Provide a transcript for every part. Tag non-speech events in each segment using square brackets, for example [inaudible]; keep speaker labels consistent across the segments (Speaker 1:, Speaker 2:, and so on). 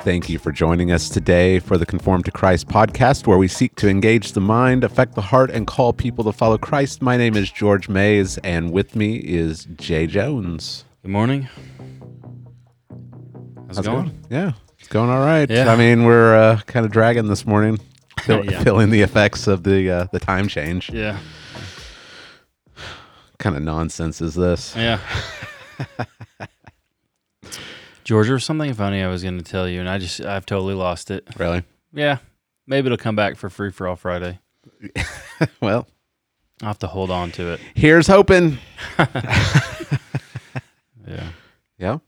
Speaker 1: Thank you for joining us today for the Conform to Christ podcast, where we seek to engage the mind, affect the heart, and call people to follow Christ. My name is George Mays, and with me is Jay Jones.
Speaker 2: Good morning. How's, it going?
Speaker 1: Yeah, it's going all right.
Speaker 2: Yeah.
Speaker 1: I mean, we're uh, kind of dragging this morning,
Speaker 2: [laughs]
Speaker 1: fill,
Speaker 2: Yeah.
Speaker 1: feeling the effects of the uh, the time change.
Speaker 2: Yeah.
Speaker 1: Kind of nonsense is this?
Speaker 2: [laughs] Yeah. George, there was something funny I was going to tell you, and I just, I've totally lost it.
Speaker 1: Really?
Speaker 2: Yeah. Maybe it'll come back for free for all Friday.
Speaker 1: Well,
Speaker 2: I'll have to hold on to it.
Speaker 1: here's hoping.
Speaker 2: Yeah.
Speaker 1: Yeah.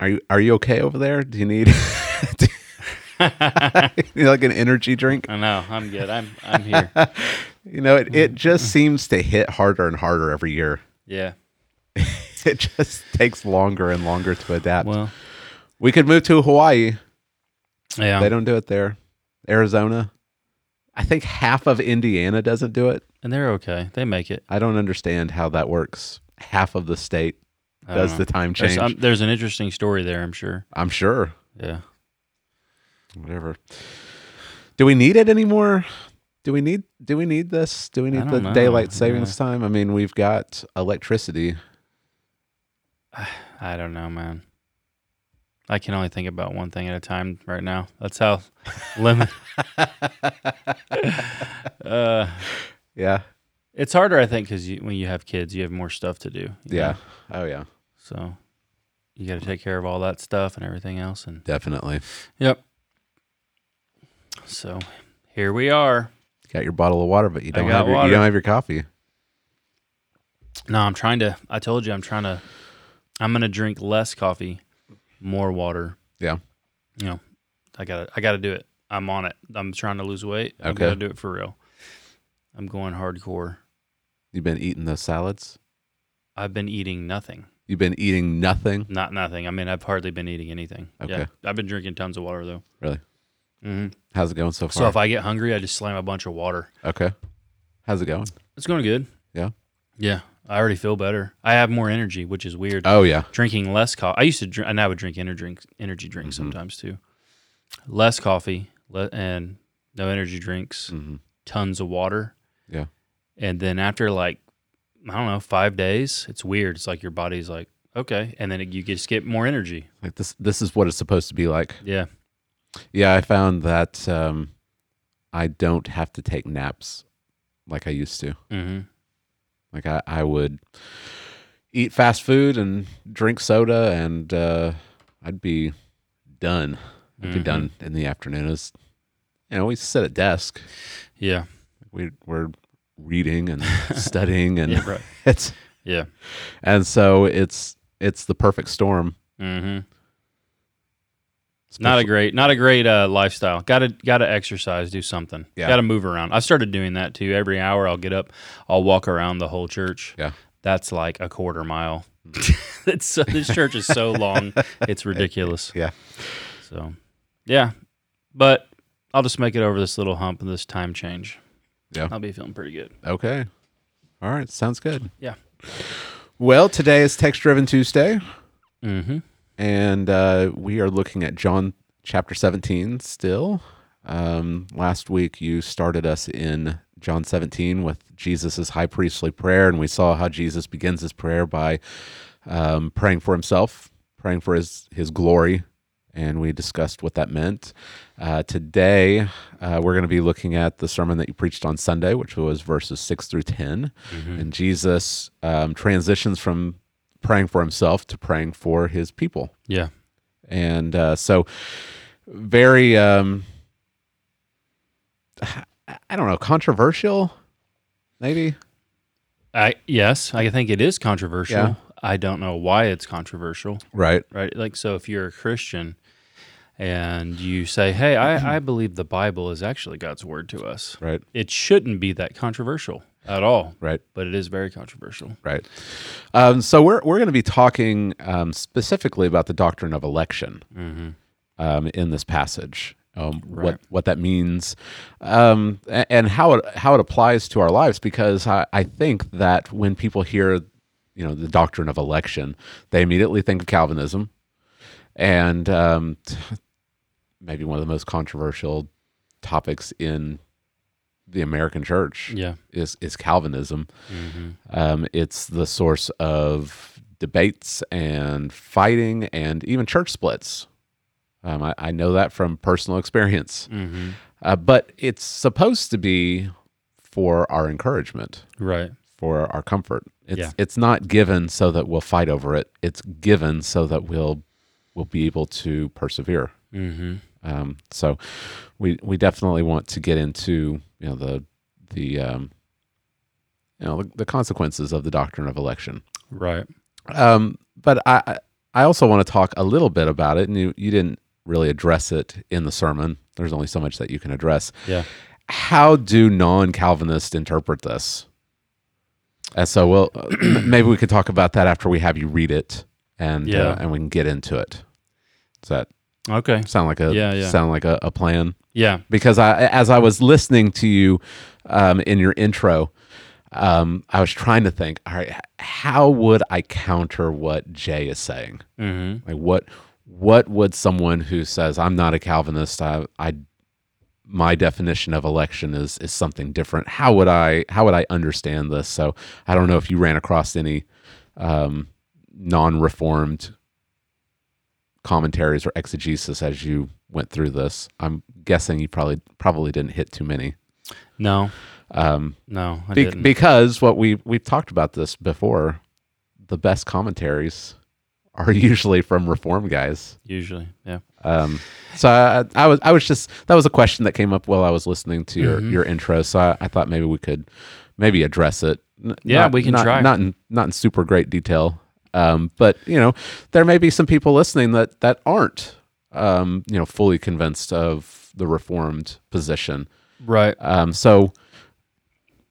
Speaker 1: Are you Are you okay over there? Do you need [laughs] do you need like an energy drink?
Speaker 2: I know. I'm good. I'm, I'm [laughs] here.
Speaker 1: You know, it, it just seems to hit harder and harder every year. [laughs]
Speaker 2: Yeah.
Speaker 1: It just takes longer and longer to adapt.
Speaker 2: Well,
Speaker 1: we could move to Hawaii. They
Speaker 2: yeah.
Speaker 1: don't do it there. Arizona. I think half of Indiana doesn't do it.
Speaker 2: And they're okay. They make it.
Speaker 1: I don't understand how that works. Half of the state
Speaker 2: I
Speaker 1: does
Speaker 2: don't
Speaker 1: the
Speaker 2: know.
Speaker 1: time
Speaker 2: There's,
Speaker 1: change.
Speaker 2: um, there's an interesting story there, I'm sure.
Speaker 1: I'm sure.
Speaker 2: Yeah.
Speaker 1: whatever. Do we need it anymore? Do we need do we need this? Do we need
Speaker 2: don't
Speaker 1: the
Speaker 2: know.
Speaker 1: daylight savings time? I mean, we've got electricity.
Speaker 2: I don't know, man. I can only think about one thing at a time right now. That's how limit. uh,
Speaker 1: Yeah.
Speaker 2: it's harder, I think, because you, when you have kids, you have more stuff to do. you
Speaker 1: Yeah.
Speaker 2: know?
Speaker 1: Oh yeah.
Speaker 2: So you got to take care of all that stuff and everything else. And
Speaker 1: Definitely.
Speaker 2: yep. So here we are.
Speaker 1: Got your bottle of water, but you
Speaker 2: I
Speaker 1: don't
Speaker 2: got
Speaker 1: have your, you
Speaker 2: water.
Speaker 1: don't have your coffee.
Speaker 2: No, I'm trying to. I told you, I'm trying to. I'm gonna drink less coffee, more water.
Speaker 1: Yeah.
Speaker 2: You know, I gotta. I gotta do it. I'm on it. I'm trying to lose weight. I'm
Speaker 1: Okay.
Speaker 2: gonna do it for real. I'm going hardcore.
Speaker 1: You've been eating those salads.
Speaker 2: I've been eating nothing.
Speaker 1: You've been eating nothing.
Speaker 2: Not nothing. I mean, I've hardly been eating anything. Yeah.
Speaker 1: Okay.
Speaker 2: I've been drinking tons of water though.
Speaker 1: Really?
Speaker 2: hmm
Speaker 1: How's it going so
Speaker 2: So
Speaker 1: far?
Speaker 2: if I get hungry, I just slam a bunch of water.
Speaker 1: okay. How's it going?
Speaker 2: It's going good.
Speaker 1: Yeah?
Speaker 2: Yeah. I already feel better. I have more energy, which is weird.
Speaker 1: Oh yeah.
Speaker 2: drinking less coffee. I used to drink, and I would drink energy drinks, energy drinks
Speaker 1: Mhm.
Speaker 2: sometimes too. Less coffee le- and no energy drinks,
Speaker 1: hmm
Speaker 2: tons of water.
Speaker 1: Yeah.
Speaker 2: And then after like, I don't know, five days, it's weird. It's like your body's like, okay. And then it, you just get more energy.
Speaker 1: Like this. This is what it's supposed to be like.
Speaker 2: Yeah.
Speaker 1: Yeah, I found that um, I don't have to take naps like I used to.
Speaker 2: hmm
Speaker 1: Like I, I would eat fast food and drink soda, and uh, I'd be done. I'd be
Speaker 2: Mhm.
Speaker 1: done in the afternoon. Is you know we sit at desk.
Speaker 2: Yeah.
Speaker 1: We we're reading
Speaker 2: [laughs]
Speaker 1: and studying, and
Speaker 2: Yeah. Right.
Speaker 1: [laughs] it's
Speaker 2: Yeah.
Speaker 1: and so it's it's the perfect storm.
Speaker 2: hmm Not a
Speaker 1: Especially-
Speaker 2: great, not a great uh, lifestyle. Got to, got to exercise, do something.
Speaker 1: Yeah.
Speaker 2: Got to move around. I started doing that too. Every hour, I'll get up, I'll walk around the whole church.
Speaker 1: Yeah.
Speaker 2: that's like a quarter mile.
Speaker 1: Hmm.
Speaker 2: [laughs] it's so, this church is so long,
Speaker 1: [laughs]
Speaker 2: it's ridiculous.
Speaker 1: Yeah.
Speaker 2: So, yeah, but I'll just make it over this little hump and this time change.
Speaker 1: Yeah.
Speaker 2: I'll be feeling pretty good.
Speaker 1: Okay. All right. Sounds good.
Speaker 2: Yeah.
Speaker 1: Well, today is Text Driven Tuesday,
Speaker 2: Mm-hmm.
Speaker 1: and uh, we are looking at John chapter 17 still. Um, last week, you started us in John 17 with Jesus' high priestly prayer, and we saw how Jesus begins his prayer by um, praying for himself, praying for his, his glory, and we discussed what that meant. Uh, today, uh, we're going to be looking at the sermon that you preached on Sunday, which was verses 6 through 10. And Jesus um, transitions from praying for himself to praying for his people.
Speaker 2: Yeah.
Speaker 1: And uh, so, very, um, I I don't know, controversial, maybe?
Speaker 2: I yes, I think it is controversial.
Speaker 1: Yeah.
Speaker 2: I don't know why it's controversial.
Speaker 1: Right.
Speaker 2: right? Like, so if you're a Christian and you say, Hey,
Speaker 1: [clears throat]
Speaker 2: I, I believe the Bible is actually God's word to us,
Speaker 1: Right.
Speaker 2: it shouldn't be that controversial at all,
Speaker 1: Right.
Speaker 2: but it is very controversial.
Speaker 1: Right. Um, so, we're, we're going to be talking um, specifically about the doctrine of election.
Speaker 2: Mm-hmm.
Speaker 1: um, in this passage. Um, What
Speaker 2: Right.
Speaker 1: what that means, um, a- and how it how it applies to our lives. Because I, I think that when people hear, you know, the doctrine of election, they immediately think of Calvinism, and um, maybe one of the most controversial topics in the American church
Speaker 2: Yeah.
Speaker 1: is is Calvinism.
Speaker 2: hmm
Speaker 1: Um, it's the source of debates and fighting and even church splits. Um, I, I know that from personal [laughs] experience,
Speaker 2: hmm
Speaker 1: uh, but it's supposed to be for our encouragement
Speaker 2: Right.
Speaker 1: for our comfort. It's
Speaker 2: Yeah.
Speaker 1: it's not given so that we'll fight over it. It's given so that we'll we'll be able to persevere.
Speaker 2: hmm
Speaker 1: Um, so we we definitely want to get into you know the the um, you know the, the consequences of the doctrine of election.
Speaker 2: Right.
Speaker 1: Um, but I I I also want to talk a little bit about it, and you you didn't really address it in the sermon. There's only so much that you can address.
Speaker 2: Yeah.
Speaker 1: How do non-Calvinists interpret this? And so, well, uh, [clears throat] maybe we could talk about that after we have you read it, and
Speaker 2: Yeah.
Speaker 1: uh, and we can get into it. Does that
Speaker 2: Okay.
Speaker 1: sound like a
Speaker 2: Yeah, yeah.
Speaker 1: sound like a, a plan?
Speaker 2: Yeah.
Speaker 1: Because I, as I was listening to you um, in your intro, um, I was trying to think, all right, how would I counter what Jay is saying?
Speaker 2: hmm
Speaker 1: Like what what would someone who says I'm not a Calvinist, I, I my definition of election is is something different. How would I how would I understand this? So I don't know if you ran across any um, non-reformed commentaries or exegesis as you went through this. I'm guessing you probably probably didn't hit too many.
Speaker 2: No.
Speaker 1: Um,
Speaker 2: No. I
Speaker 1: be-
Speaker 2: didn't.
Speaker 1: because what we we've talked about this before, the best commentaries are [laughs] usually from reform guys.
Speaker 2: Usually. Yeah.
Speaker 1: Um, so I, I was I was just that was a question that came up while I was listening to your
Speaker 2: Mhm.
Speaker 1: your intro. So I, I thought maybe we could maybe address it. N-
Speaker 2: Yeah,
Speaker 1: not-
Speaker 2: we can
Speaker 1: not,
Speaker 2: try.
Speaker 1: Not in not in super great detail, um, but you know there may be some people listening that that aren't um, you know fully convinced of the reformed position.
Speaker 2: Right.
Speaker 1: Um, so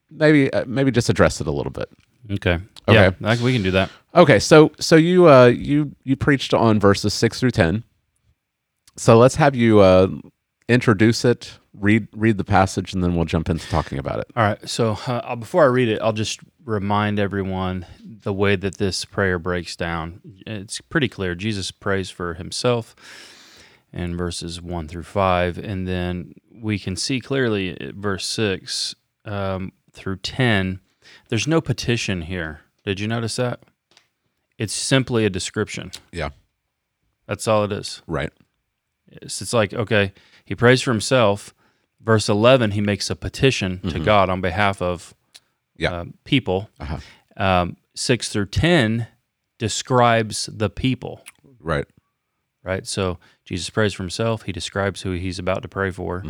Speaker 1: maybe uh, maybe just address it a little bit.
Speaker 2: Okay. Yeah.
Speaker 1: Okay.
Speaker 2: Like we can do that.
Speaker 1: Okay, so so you uh, you you preached on verses six through ten. So let's have you uh, introduce it, read read the passage, and then we'll jump into talking about it.
Speaker 2: All right. So uh, before I read it, I'll just remind everyone the way that this prayer breaks down. It's pretty clear. Jesus prays for himself in verses one through five. And then we can see clearly at verse six um, through 10, there's no petition here. Did you notice that? It's simply a description.
Speaker 1: Yeah.
Speaker 2: That's all it is.
Speaker 1: Right.
Speaker 2: It's, it's like, okay, he prays for himself. Verse 11, he makes a petition to God on behalf of
Speaker 1: Mm-hmm. Yeah.
Speaker 2: uh, people.
Speaker 1: Uh-huh.
Speaker 2: Um, 6 through 10 describes the people,
Speaker 1: Right.
Speaker 2: right? So Jesus prays for himself. He describes who he's about to pray for.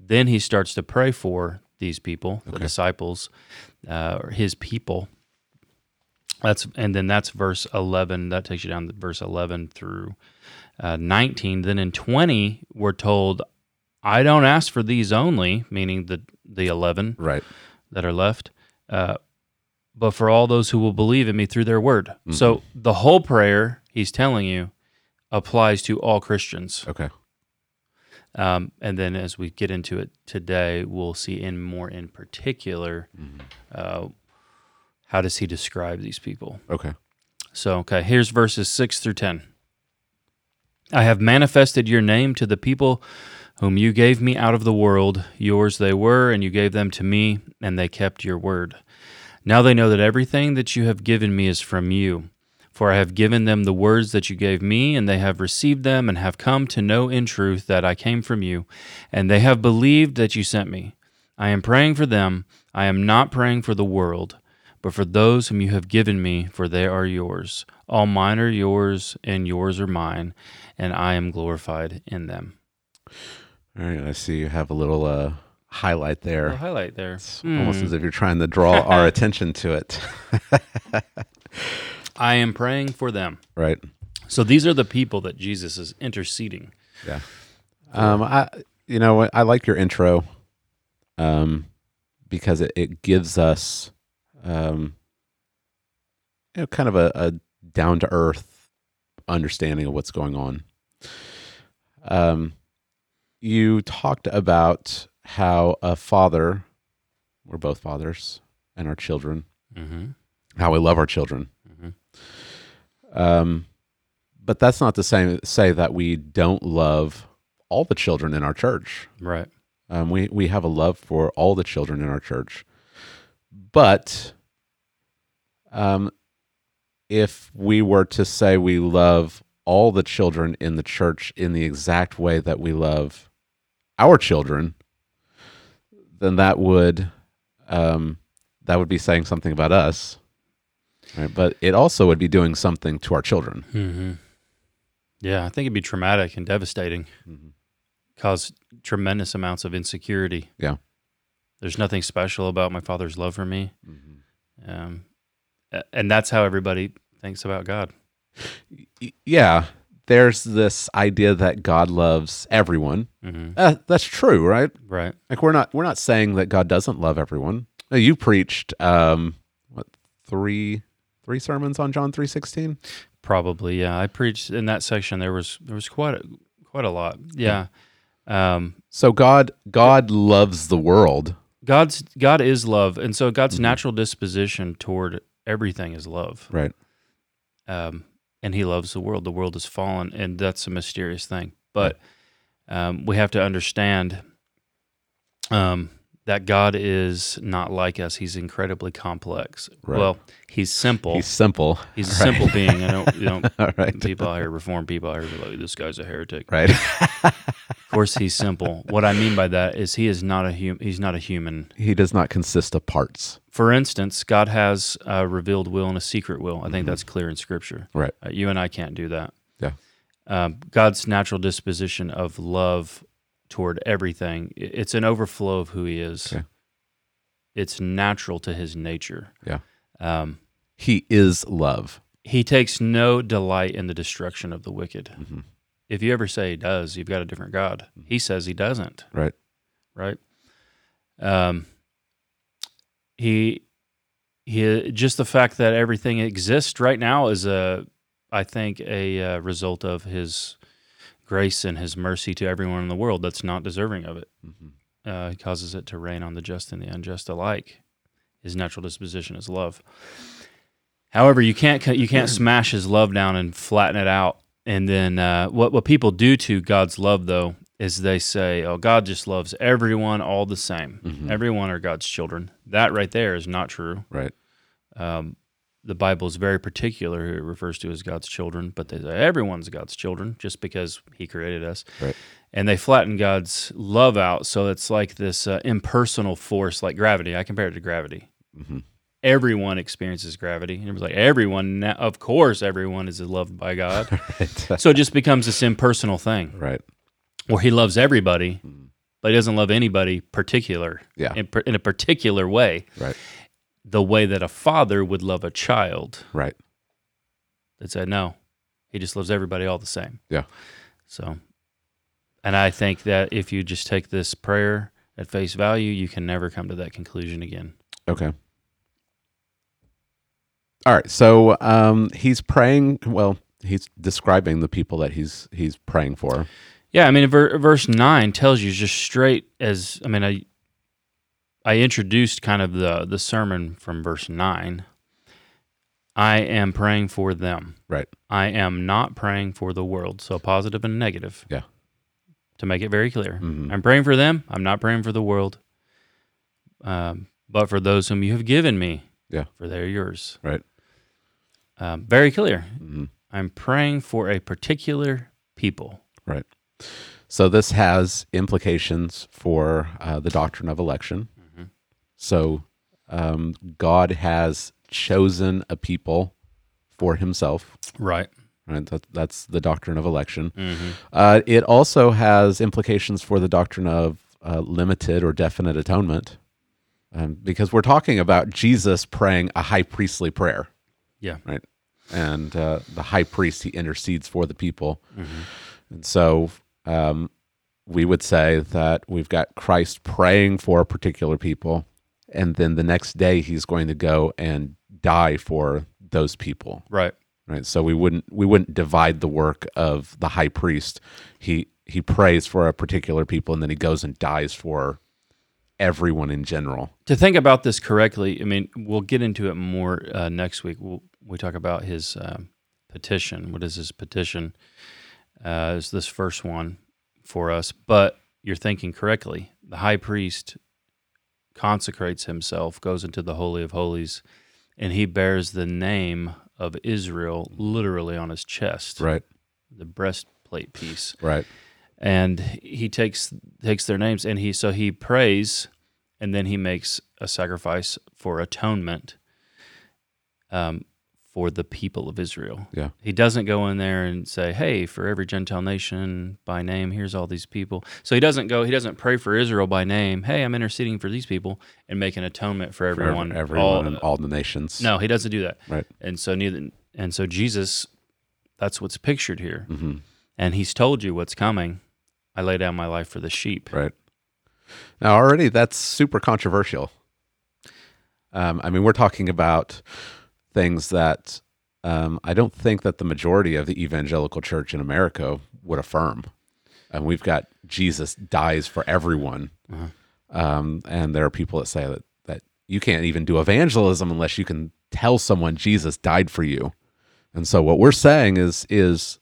Speaker 2: Then he starts to pray for these people, the disciples, uh, or his people. That's and then that's verse eleven. That takes you down to verse eleven through uh, nineteen. Then in twenty, we're told, "I don't ask for these only," meaning the the eleven
Speaker 1: Right.
Speaker 2: that are left, uh, but for all those who will believe in me through their word. So the whole prayer he's telling you applies to all Christians.
Speaker 1: Okay.
Speaker 2: Um, and then as we get into it today, we'll see in more in particular uh, how does he describe these people.
Speaker 1: Okay.
Speaker 2: So, okay, here's verses 6 through 10. I have manifested your name to the people whom you gave me out of the world. Yours they were, and you gave them to me, and they kept your word. Now they know that everything that you have given me is from you. For I have given them the words that you gave me, and they have received them, and have come to know in truth that I came from you, and they have believed that you sent me. I am praying for them. I am not praying for the world, but for those whom you have given me, for they are yours. All mine are yours, and yours are mine, and I am glorified in them.
Speaker 1: All right. I see you have a little uh, highlight
Speaker 2: Little
Speaker 1: there.
Speaker 2: highlight there.
Speaker 1: It's almost as if you're trying to draw our attention to it.
Speaker 2: I am praying for them.
Speaker 1: Right.
Speaker 2: So these are the people that Jesus is interceding.
Speaker 1: Yeah. Um, I you know what, I like your intro, um, because it, it gives us, um, you know, kind of a, a down to earth understanding of what's going on. Um, you talked about how a father, we're both fathers, and our children,
Speaker 2: Mm-hmm.
Speaker 1: how we love our children.
Speaker 2: Mhm.
Speaker 1: Um, But that's not to say, say that we don't love all the children in our church.
Speaker 2: Right.
Speaker 1: Um, we, we have a love for all the children in our church. But um, if we were to say we love all the children in the church in the exact way that we love our children, then that would um, that would be saying something about us. Right? But it also would be doing something to our children.
Speaker 2: Mm-hmm. Yeah, I think it'd be traumatic and devastating.
Speaker 1: Mhm.
Speaker 2: Cause tremendous amounts of insecurity.
Speaker 1: Yeah.
Speaker 2: There's nothing special about my father's love for me. Um, a- and that's how everybody thinks about God.
Speaker 1: Y- Yeah, there's this idea that God loves everyone.
Speaker 2: Mm-hmm.
Speaker 1: Uh, that's true, right?
Speaker 2: Right.
Speaker 1: Like we're not we're not saying that God doesn't love everyone. No, You preached um, what three three sermons on John three sixteen.
Speaker 2: Probably. Yeah. I preached in that section. There was, there was quite a, quite a lot. Yeah. Um,
Speaker 1: So God God loves the world.
Speaker 2: God's God is love, and so God's natural disposition toward everything is love.
Speaker 1: Right.
Speaker 2: Um, and He loves the world. The world is fallen, and that's a mysterious thing. But um, we have to understand um, that God is not like us. He's incredibly complex.
Speaker 1: Right.
Speaker 2: Well, He's simple.
Speaker 1: He's
Speaker 2: [laughs] He's,
Speaker 1: simple. [laughs]
Speaker 2: a
Speaker 1: right.
Speaker 2: simple being. I don't. You know,
Speaker 1: All [laughs] right.
Speaker 2: people out here, reform people out here, be like, this guy's a heretic.
Speaker 1: Right. [laughs]
Speaker 2: Of course, he's simple. what I mean by that is he is not a hum- He's not a human.
Speaker 1: he does not consist of parts.
Speaker 2: for instance, God has a revealed will and a secret will. I
Speaker 1: Mm-hmm.
Speaker 2: think that's clear in Scripture.
Speaker 1: Right.
Speaker 2: Uh, you and I can't do that.
Speaker 1: Yeah.
Speaker 2: Um, God's natural disposition of love toward everything, i- it's an overflow of who He is.
Speaker 1: Okay.
Speaker 2: It's natural to His nature.
Speaker 1: Yeah.
Speaker 2: Um,
Speaker 1: He is love.
Speaker 2: he takes no delight in the destruction of the wicked.
Speaker 1: Mhm.
Speaker 2: If you ever say He does, you've got a different God. He says He doesn't
Speaker 1: Right.
Speaker 2: right? Um, he he just the fact that everything exists right now is a I think a uh, result of his grace and his mercy to everyone in the world that's not deserving of it.
Speaker 1: Mm-hmm.
Speaker 2: Uh, he causes it to rain on the just and the unjust alike. His natural disposition is love. However, you can't you can't smash his love down and flatten it out. And then uh, what what people do to God's love though is they say, "Oh, God just loves everyone all the same.
Speaker 1: Mhm.
Speaker 2: Everyone are God's children." That right there is not true.
Speaker 1: Right. [laughs]
Speaker 2: Um, the Bible is very particular who it refers to as God's children, but they say everyone's God's children just because He created us.
Speaker 1: Right.
Speaker 2: And they flatten God's love out, so it's like this uh, impersonal force, like gravity. I compare it to gravity
Speaker 1: Mhm.
Speaker 2: everyone experiences gravity. And it was like everyone, na- of course, everyone is loved by God. [laughs]
Speaker 1: Right.
Speaker 2: so it just becomes this impersonal thing
Speaker 1: right.
Speaker 2: where He loves everybody,
Speaker 1: Mhm.
Speaker 2: but He doesn't love anybody particular
Speaker 1: Yeah.
Speaker 2: in, par- in a particular way,
Speaker 1: Right.
Speaker 2: the way that a father would love a child.
Speaker 1: Right.
Speaker 2: They'd say no, He just loves everybody all the same.
Speaker 1: Yeah.
Speaker 2: So, and I think that if you just take this prayer at face value, you can never come to that conclusion again.
Speaker 1: Okay. All right. So um, he's praying. Well, he's describing the people that he's he's praying for.
Speaker 2: Yeah, I mean, ver- verse nine tells you just straight as I mean, I I introduced kind of the the sermon from verse nine. I am praying for them.
Speaker 1: Right.
Speaker 2: I am not praying for the world. So positive and negative.
Speaker 1: Yeah.
Speaker 2: To make it very clear,
Speaker 1: Mhm.
Speaker 2: I'm praying for them. I'm not praying for the world. Um, but for those whom you have given me.
Speaker 1: Yeah.
Speaker 2: For they're yours.
Speaker 1: Right.
Speaker 2: Um, very clear.
Speaker 1: Mhm.
Speaker 2: I'm praying for a particular people.
Speaker 1: Right. So this has implications for uh, the doctrine of election. So um, God has chosen a people for Himself.
Speaker 2: Right.
Speaker 1: Right. That, that's the doctrine of election. Uh, it also has implications for the doctrine of uh, limited or definite atonement, um, because we're talking about Jesus praying a high priestly prayer,
Speaker 2: Yeah.
Speaker 1: right? And uh, the high priest he intercedes for the people,
Speaker 2: Mm-hmm.
Speaker 1: and so um, we would say that we've got Christ praying for a particular people, and then the next day he's going to go and die for those people
Speaker 2: Right.
Speaker 1: right so we wouldn't we wouldn't divide the work of the high priest he he prays for a particular people and then he goes and dies for everyone in general
Speaker 2: to think about this correctly, I mean, we'll get into it more uh, next week. We'll, we talk about his um, petition. What is his petition? Uh, is this first one for us? But you're thinking correctly. The high priest consecrates himself, goes into the Holy of Holies, and he bears the name of Israel literally on his chest,
Speaker 1: Right.
Speaker 2: the breastplate piece
Speaker 1: Right.
Speaker 2: and he takes takes their names and he so he prays and then he makes a sacrifice for atonement um, for the people of Israel.
Speaker 1: Yeah.
Speaker 2: He doesn't go in there and say, "Hey, for every Gentile nation by name, here's all these people." So he doesn't go. He doesn't pray for Israel by name. Hey, I'm interceding for these people and make an atonement for
Speaker 1: For
Speaker 2: everyone.
Speaker 1: everyone,
Speaker 2: all-
Speaker 1: in all the nations.
Speaker 2: no, he doesn't do that.
Speaker 1: Right.
Speaker 2: And so neither. And so Jesus, that's what's pictured here
Speaker 1: hmm
Speaker 2: and he's told you what's coming. I lay down my life for the sheep.
Speaker 1: Right. Now, already that's super controversial. Um, I mean, we're talking about things that um, I don't think that the majority of the evangelical church in America would affirm. And we've got Jesus dies for everyone. Um, and there are people that say that, that you can't even do evangelism unless you can tell someone Jesus died for you. And so what we're saying is is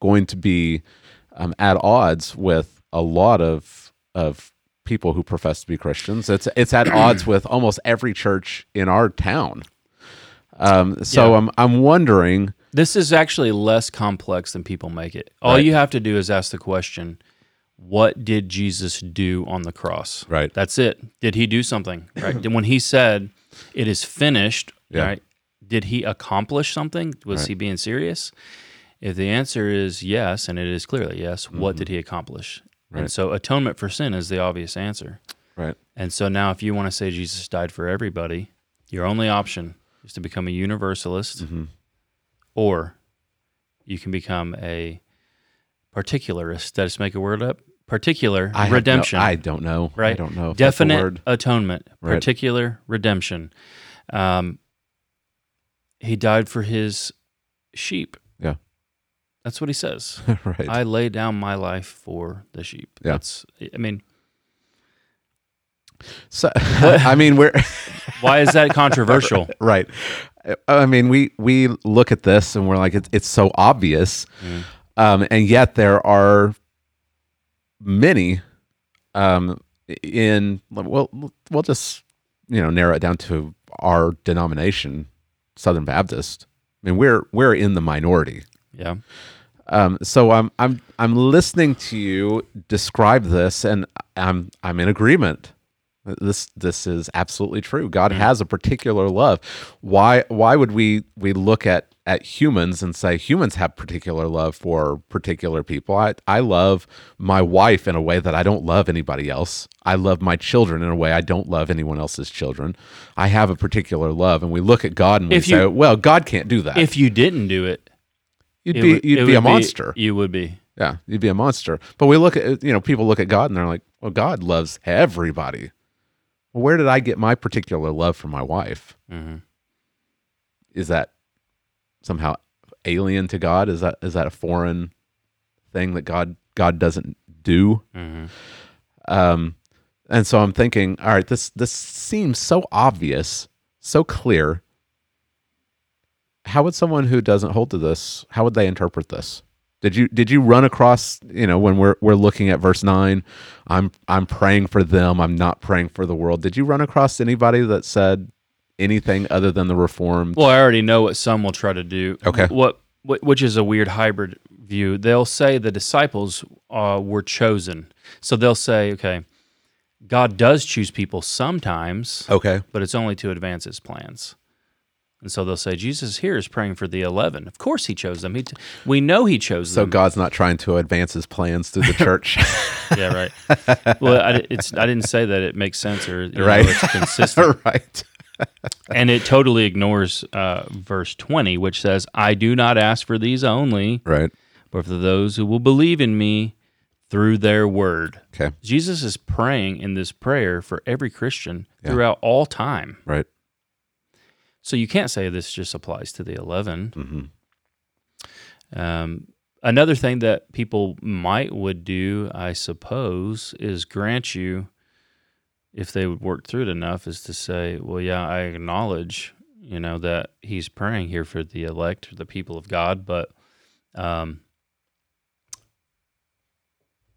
Speaker 1: going to be um, at odds with a lot of of people who profess to be Christians. It's it's
Speaker 2: [clears throat]
Speaker 1: at odds with almost every church in our town. Um, so
Speaker 2: Yeah.
Speaker 1: I'm I'm wondering,
Speaker 2: This is actually less complex than people make it. All
Speaker 1: Right.
Speaker 2: you have to do is ask the question, what did Jesus do on the cross?
Speaker 1: Right.
Speaker 2: That's it. Did he do
Speaker 1: [clears throat]
Speaker 2: something? Right. Then when he said, it is finished,
Speaker 1: Yeah.
Speaker 2: right? Did he accomplish something? Was he being serious? If the answer is yes, and it is clearly yes, what did he accomplish?
Speaker 1: Mm-hmm. Right.
Speaker 2: And so atonement for sin is the obvious answer.
Speaker 1: right?
Speaker 2: And so now, if you want to say Jesus died for everybody, your only option is to become a universalist,
Speaker 1: Mm-hmm.
Speaker 2: or you can become a particularist. Did I just make a word up? Particular
Speaker 1: I have no-
Speaker 2: redemption,
Speaker 1: I don't know.
Speaker 2: right?
Speaker 1: I don't know. if that's a
Speaker 2: Definite
Speaker 1: word. [laughs]
Speaker 2: atonement.
Speaker 1: Right.
Speaker 2: Particular redemption. Um, he died for his sheep.
Speaker 1: Yeah.
Speaker 2: that's what he says.
Speaker 1: right.
Speaker 2: I lay down my life for the sheep.
Speaker 1: Yeah.
Speaker 2: That's. I mean, [laughs]
Speaker 1: so [laughs] I mean, we're
Speaker 2: why is that
Speaker 1: [laughs]
Speaker 2: controversial?
Speaker 1: right. I mean, we we look at this and we're like, it's it's so obvious, um, and yet there are many um, in well, we'll just you know narrow it down to our denomination, Southern Baptist. I mean, we're we're in the minority.
Speaker 2: Yeah.
Speaker 1: Um, so I'm I'm I'm listening to you describe this, and I'm I'm in agreement. This this is absolutely true. God
Speaker 2: Mm.
Speaker 1: has a particular love. Why why would we we look at at humans and say humans have particular love for particular people? I I love my wife in a way that I don't love anybody else. I love my children in a way I don't love anyone else's children. I have a particular love, and we look at God and we
Speaker 2: If you-
Speaker 1: say, well, God can't do that.
Speaker 2: If you didn't do it,
Speaker 1: you'd
Speaker 2: it
Speaker 1: be
Speaker 2: would-
Speaker 1: you'd
Speaker 2: it
Speaker 1: be a
Speaker 2: would
Speaker 1: monster.
Speaker 2: You would be.
Speaker 1: Yeah, you'd be a monster. But we look at you know people look at God and they're like, well, God loves everybody. Well, where did I get my particular love for my wife?
Speaker 2: Mhm.
Speaker 1: Is that somehow alien to God? Is that is that a foreign thing that God God doesn't do? Um, and so I'm thinking, all right, this this seems so obvious, so clear. How would someone who doesn't hold to this, how would they interpret this? Did you did you run across, you know, when we're we're looking at verse 9, I'm I'm praying for them, I'm not praying for the world. Did you run across anybody that said anything other than the reformed?
Speaker 2: Well, I already know what some will try to do.
Speaker 1: Okay.
Speaker 2: What, what which is a weird hybrid view. They'll say the disciples uh, were chosen. So they'll say, okay, God does choose people sometimes,
Speaker 1: okay.
Speaker 2: but it's only to advance his plans. And so they'll say Jesus here is praying for the 11. Of course he chose them. He t- we know he chose
Speaker 1: So
Speaker 2: them.
Speaker 1: God's not trying to advance his plans [laughs] through the church.
Speaker 2: yeah, right. well, I, di- it's I didn't say that it makes sense or you
Speaker 1: [laughs]
Speaker 2: know,
Speaker 1: Right.
Speaker 2: it's consistent.
Speaker 1: right.
Speaker 2: and it totally ignores uh, verse 20 which says i do not ask for these only
Speaker 1: Right.
Speaker 2: but for those who will believe in me through their word
Speaker 1: Okay.
Speaker 2: jesus is praying in this prayer for every christian throughout all time
Speaker 1: Right.
Speaker 2: so you can't say this just applies to the 11
Speaker 1: hmm
Speaker 2: um, another thing that people might would do i suppose is grant you if they would work through it enough is to say well yeah i acknowledge you know, that he's praying here for the elect, the people of God, but um,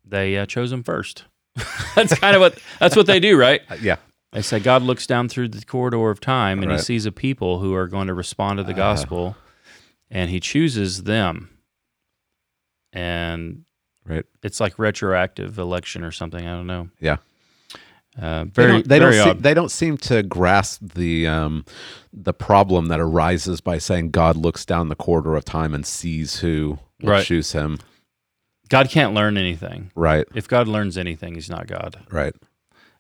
Speaker 2: they uh, chose him first. [laughs] that's kind of what that's what they do, right?
Speaker 1: Uh, yeah.
Speaker 2: They say God looks down through the corridor of time and he
Speaker 1: Right.
Speaker 2: sees a people who are going to respond to the
Speaker 1: Ah.
Speaker 2: gospel and he chooses them. And
Speaker 1: Right.
Speaker 2: it's like retroactive election or something. I don't know.
Speaker 1: Yeah.
Speaker 2: Uh,
Speaker 1: They
Speaker 2: very,
Speaker 1: don't- they
Speaker 2: very
Speaker 1: don't, se-
Speaker 2: odd.
Speaker 1: they don't seem to grasp the um, the problem that arises by saying God looks down the corridor of time and sees who will
Speaker 2: Right.
Speaker 1: choose him.
Speaker 2: God can't learn anything.
Speaker 1: Right.
Speaker 2: If God learns anything, he's not God.
Speaker 1: Right.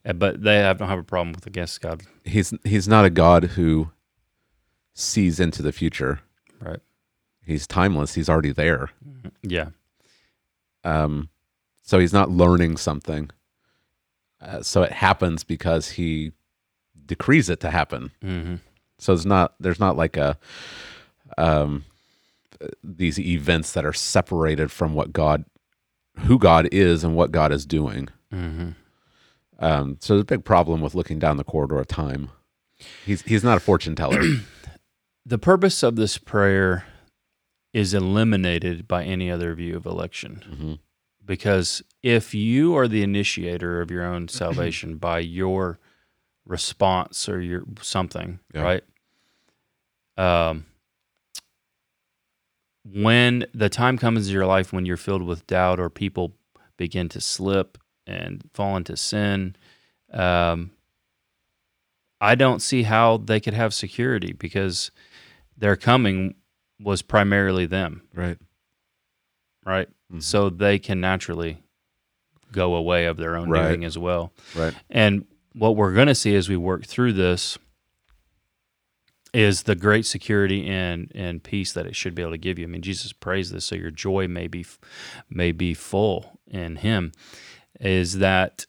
Speaker 2: Uh, But they have, don't have a problem with the guess God.
Speaker 1: He's he's not a God who sees into the future.
Speaker 2: Right.
Speaker 1: He's timeless. He's already there.
Speaker 2: Yeah.
Speaker 1: Um, so he's not learning something. Uh, so it happens because he decrees it to happen.
Speaker 2: hmm
Speaker 1: So it's not there's not like a um these events that are separated from what God who God is and what God is doing.
Speaker 2: hmm
Speaker 1: Um so there's a big problem with looking down the corridor of time. He's he's not a fortune teller.
Speaker 2: The purpose of this prayer is eliminated by any other view of election.
Speaker 1: Mhm.
Speaker 2: because if you are the initiator of your own salvation by your response or your something,
Speaker 1: Yeah.
Speaker 2: right? Um, when the time comes in your life when you're filled with doubt or people begin to slip and fall into sin, um, I don't see how they could have security because their coming was primarily them
Speaker 1: Right.
Speaker 2: right?
Speaker 1: Mhm.
Speaker 2: So they can naturally go away of their own
Speaker 1: Right.
Speaker 2: doing as well.
Speaker 1: Right.
Speaker 2: And what we're going to see as we work through this is the great security and and peace that it should be able to give you. I mean, Jesus prays this, so your joy may be may be full in Him. Is that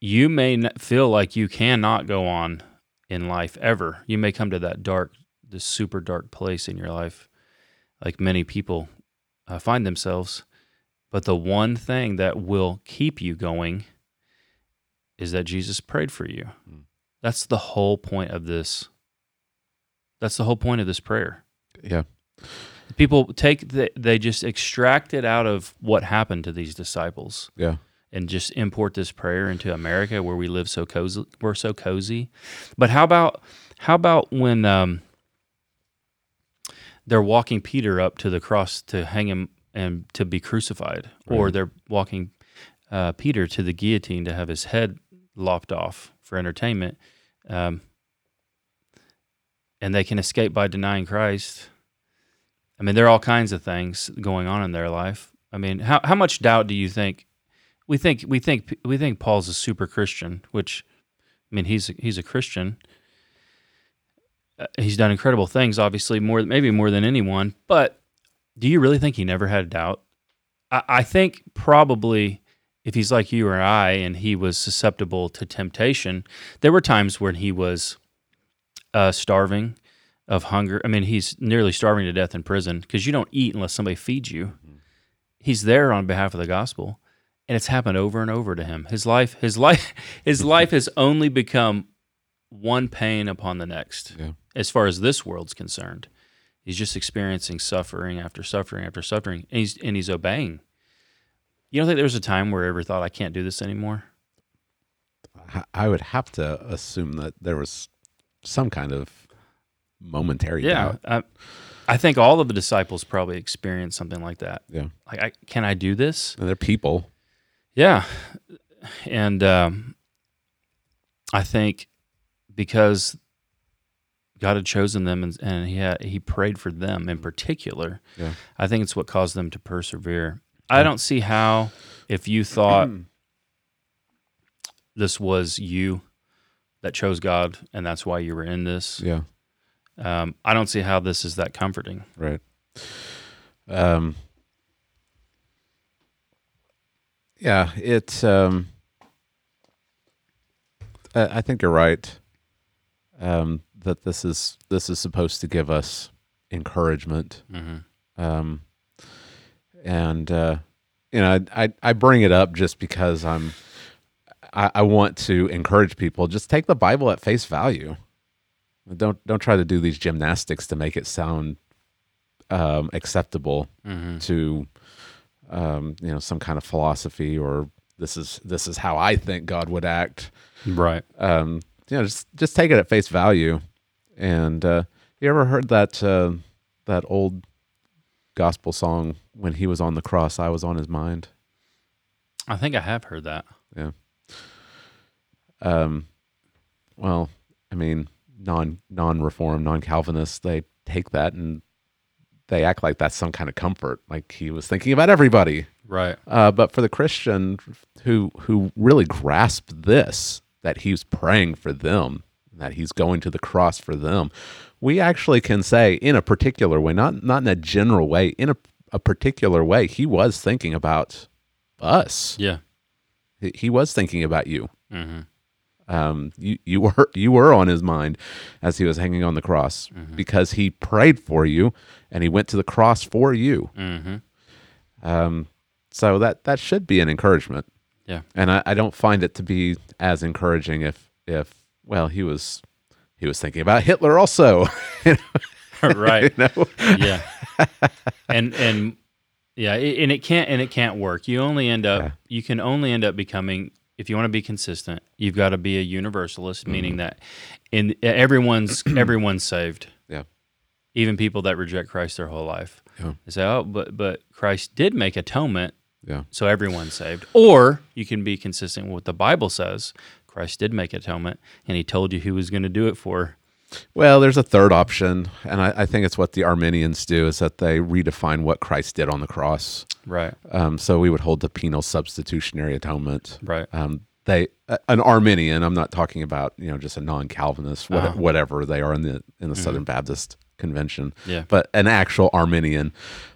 Speaker 2: you may n- feel like you cannot go on in life ever. You may come to that dark, this super dark place in your life, like many people uh, find themselves. But the one thing that will keep you going is that Jesus prayed for you.
Speaker 1: Mm.
Speaker 2: That's the whole point of this. That's the whole point of this prayer.
Speaker 1: Yeah.
Speaker 2: People take the, they just extract it out of what happened to these disciples
Speaker 1: Yeah.
Speaker 2: and just import this prayer into America where we live so cozy. We're so cozy. But how about how about when um, they're walking Peter up to the cross to hang him and to be crucified, or
Speaker 1: Right.
Speaker 2: they're walking uh, Peter to the guillotine to have his head lopped off for entertainment, um, and they can escape by denying Christ. I mean, there are all kinds of things going on in their life. I mean, how how much doubt do you think we think we think we think Paul's a super Christian, which I mean he's he's a Christian. Uh, he's done incredible things, obviously more maybe more than anyone. But do you really think he never had doubt? I, I think probably if he's like you or I, and he was susceptible to temptation, there were times when he was uh, starving of hunger. I mean, he's nearly starving to death in prison because you don't eat unless somebody feeds you. He's there on behalf of the gospel and it's happened over and over to him. His life, his life, [laughs] his life has only become one pain upon the next.
Speaker 1: Yeah.
Speaker 2: As far as this world's concerned, he's just experiencing suffering after suffering after suffering, and he's and he's obeying. You don't think there was a time where I ever thought I can't do this anymore?
Speaker 1: I- I would have to assume that there was some kind of momentary
Speaker 2: Yeah,
Speaker 1: doubt.
Speaker 2: I, I think all of the disciples probably experienced something like that.
Speaker 1: Yeah.
Speaker 2: Like, I, can I do this?
Speaker 1: And they're people.
Speaker 2: Yeah. And um, I think because God had chosen them and, and he, had, he prayed for them in particular,
Speaker 1: Yeah.
Speaker 2: I think it's what caused them to persevere. I don't see how, if you [clears throat] thought this was you that chose God and that's why you were in this,
Speaker 1: Yeah.
Speaker 2: um, I don't see how this is that comforting.
Speaker 1: Right. Um, yeah, it. Um, I, I think you're right. Um, that this is this is supposed to give us encouragement, um, and uh, you know, I, I I bring it up just because I'm. I, I want to encourage people. Just take the Bible at face value. Don't don't try to do these gymnastics to make it sound um, acceptable to um, you know some kind of philosophy or this is this is how I think God would act.
Speaker 2: Right.
Speaker 1: Um, you know, just just take it at face value. And uh, you ever heard that uh, that old gospel song when he was on the cross, I was on his mind.
Speaker 2: I think I have heard that.
Speaker 1: Yeah. Um, well, I mean, non non reform, non Calvinists, they take that and they act like that's some kind of comfort, like he was thinking about everybody.
Speaker 2: Right.
Speaker 1: Uh, but for the Christian who who really grasp this, that he's praying for them, that he's going to the cross for them, we actually can say in a particular way, not not in a general way, in a, a particular way, he was thinking about us
Speaker 2: Yeah. [laughs]
Speaker 1: he- he was thinking about you.
Speaker 2: Mm-hmm.
Speaker 1: Um, you you were [laughs] you were on his mind as he was hanging on the cross
Speaker 2: Mm-hmm.
Speaker 1: because he prayed for you and he went to the cross for you. Um,
Speaker 2: Mm-hmm.
Speaker 1: So that that should be an encouragement.
Speaker 2: Yeah.
Speaker 1: And I, I don't find it to be as encouraging if if well he was he was thinking about Hitler also. [laughs]
Speaker 2: right.
Speaker 1: you know?
Speaker 2: yeah and and yeah it, and it can't and it can't work you only end up
Speaker 1: Yeah.
Speaker 2: you can only end up becoming if you want to be consistent you've got to be a universalist meaning
Speaker 1: Mm-hmm.
Speaker 2: that in
Speaker 1: [clears throat]
Speaker 2: everyone's everyone's saved
Speaker 1: Yeah.
Speaker 2: even people that reject christ their whole life
Speaker 1: Yeah.
Speaker 2: they say oh but but christ did make atonement
Speaker 1: Yeah.
Speaker 2: so everyone's saved or you can be consistent with what the bible says christ did make atonement and he told you who he was going to do it for
Speaker 1: Well, there's a third option, and I, I think it's what the Arminians do is that they redefine what Christ did on the cross.
Speaker 2: right
Speaker 1: Um, so we would hold the penal substitutionary atonement.
Speaker 2: right
Speaker 1: Um, they a- an Arminian. I'm not talking about you know just a non-Calvinist, what, whatever they are in the in the Southern Baptist Convention.
Speaker 2: Yeah.
Speaker 1: But an actual Arminian,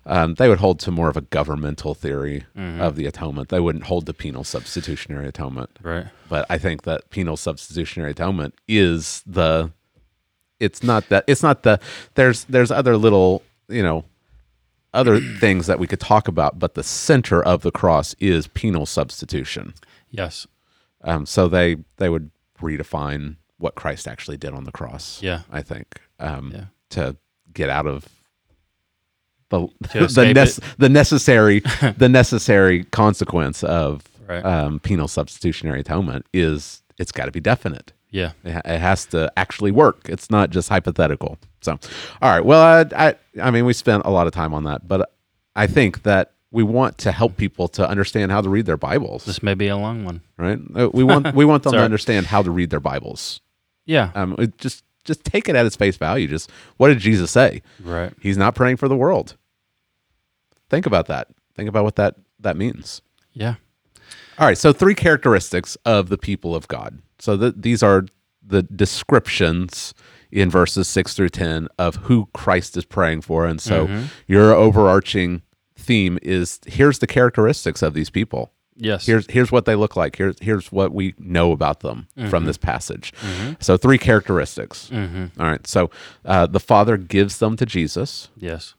Speaker 1: um, they would hold to more of a governmental theory of the atonement. They wouldn't hold to penal substitutionary atonement.
Speaker 2: right
Speaker 1: But I think that penal substitutionary atonement is the it's not that it's not the there's there's other little you know other things that we could talk about but the center of the cross is penal substitution
Speaker 2: yes
Speaker 1: um, so they they would redefine what christ actually did on the cross
Speaker 2: yeah
Speaker 1: i think um,
Speaker 2: Yeah.
Speaker 1: to get out of the [laughs] the,
Speaker 2: escape
Speaker 1: nec- the
Speaker 2: [laughs]
Speaker 1: necessary the necessary consequence of
Speaker 2: Right.
Speaker 1: um, penal substitutionary atonement is it's got to be definite
Speaker 2: yeah
Speaker 1: it ha- it has to actually work. It's not just hypothetical. So, all right. Well, I, I, I mean, we spent a lot of time on that, but I think that we want to help people to understand how to read their Bibles,
Speaker 2: this may be a long one
Speaker 1: right? Uh, We want we want them to
Speaker 2: Sorry.
Speaker 1: understand how to read their Bibles.
Speaker 2: Yeah.
Speaker 1: Um, it just just take it at its face value. Just what did Jesus say?
Speaker 2: right.
Speaker 1: He's not praying for the world. Think about that. Think about what that that means.
Speaker 2: Yeah.
Speaker 1: All right, so three characteristics of the people of God. So th these are the descriptions in verses 6 through 10 of who Christ is praying for. And so your overarching theme is here's the characteristics of these people.
Speaker 2: Yes.
Speaker 1: Here's here's what they look like. Here's here's what we know about them from this passage. So three characteristics. All right. So uh, the Father gives them to Jesus.
Speaker 2: yes.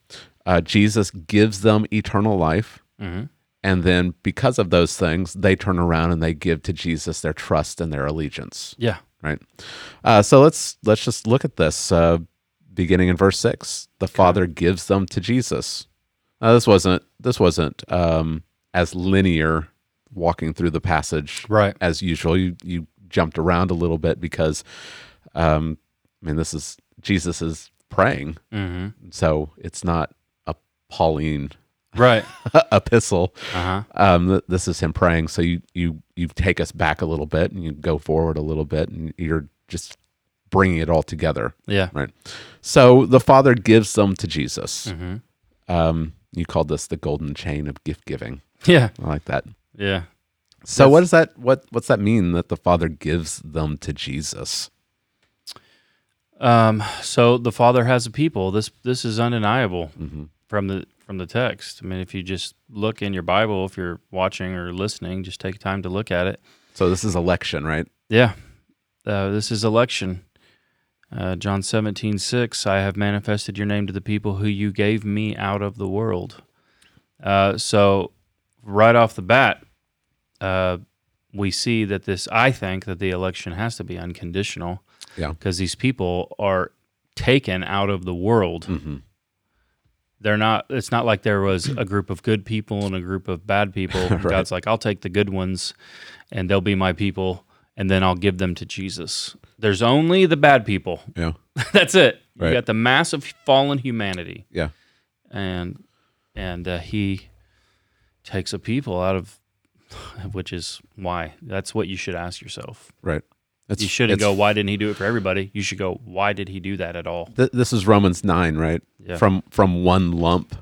Speaker 1: Uh, Jesus gives them eternal life.
Speaker 2: Mhm.
Speaker 1: And then because of those things, they turn around and they give to Jesus their trust and their allegiance.
Speaker 2: Yeah.
Speaker 1: Right. Uh, so let's let's just look at this uh, beginning in verse six. The Father gives them to Jesus. Now, this wasn't this wasn't um, as linear walking through the passage
Speaker 2: Right.
Speaker 1: as usual. You you jumped around a little bit because um, I mean this is Jesus is praying,
Speaker 2: hmm
Speaker 1: so it's not a Pauline
Speaker 2: Right.
Speaker 1: [laughs] epistle
Speaker 2: Uh huh.
Speaker 1: um, th- this is him praying. So you you you take us back a little bit and you go forward a little bit, and you're just bringing it all together,
Speaker 2: Yeah. [laughs]
Speaker 1: right? So the Father gives them to Jesus.
Speaker 2: Mhm.
Speaker 1: Um, you called this the golden chain of gift giving.
Speaker 2: Yeah.
Speaker 1: I like that.
Speaker 2: Yeah.
Speaker 1: So what does that what what's that mean that the Father gives them to Jesus?
Speaker 2: Um, so the Father has a people. This this is undeniable from the from the text. I mean, if you just look in your Bible, if you're watching or listening, just take time to look at it.
Speaker 1: So this is election, right?
Speaker 2: Yeah. Uh, this is election. Uh, John seventeen six. I have manifested your name to the people who you gave me out of the world. Uh, so, right off the bat, uh, we see that this, I think, that the election has to be unconditional.
Speaker 1: Yeah.
Speaker 2: because these people are taken out of the world.
Speaker 1: Mm-hmm.
Speaker 2: They're not. It's not like there was a group of good people and a group of
Speaker 1: [laughs]
Speaker 2: bad people. God's like, I'll take the good ones, and they'll be my people, and then I'll give them to Jesus. There's only the bad people. [laughs]
Speaker 1: Yeah.
Speaker 2: That's it.
Speaker 1: Right.
Speaker 2: You got the mass of fallen humanity.
Speaker 1: Yeah.
Speaker 2: and and uh, he takes a people out of [sighs] which is why that's what you should ask yourself
Speaker 1: Right. It's,
Speaker 2: you shouldn't
Speaker 1: it's-
Speaker 2: go why didn't he do it for everybody you should go why did he do that at all
Speaker 1: Th- this is Romans nine, right?
Speaker 2: Yeah. Mm-hmm.
Speaker 1: From from one lump,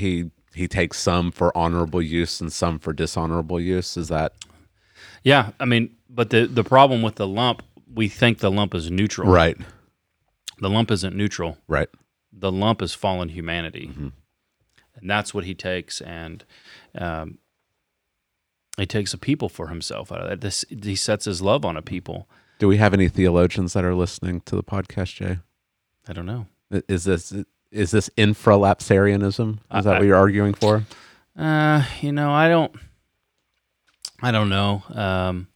Speaker 1: he he takes some for honorable use and some for dishonorable use. Is that
Speaker 2: yeah i mean but the the problem with the lump we think the lump is neutral
Speaker 1: right?
Speaker 2: the lump isn't neutral
Speaker 1: Right.
Speaker 2: the lump is fallen humanity,
Speaker 1: Mm-hmm.
Speaker 2: and that's what he takes. And um, he takes a people for himself out of that. This he sets his love on a people.
Speaker 1: Do we have any theologians that are listening to the podcast, Jay?
Speaker 2: I don't know.
Speaker 1: I- Is this is this infralapsarianism? Is that what you're arguing for?
Speaker 2: Uh, you know, I don't. I don't know. Um,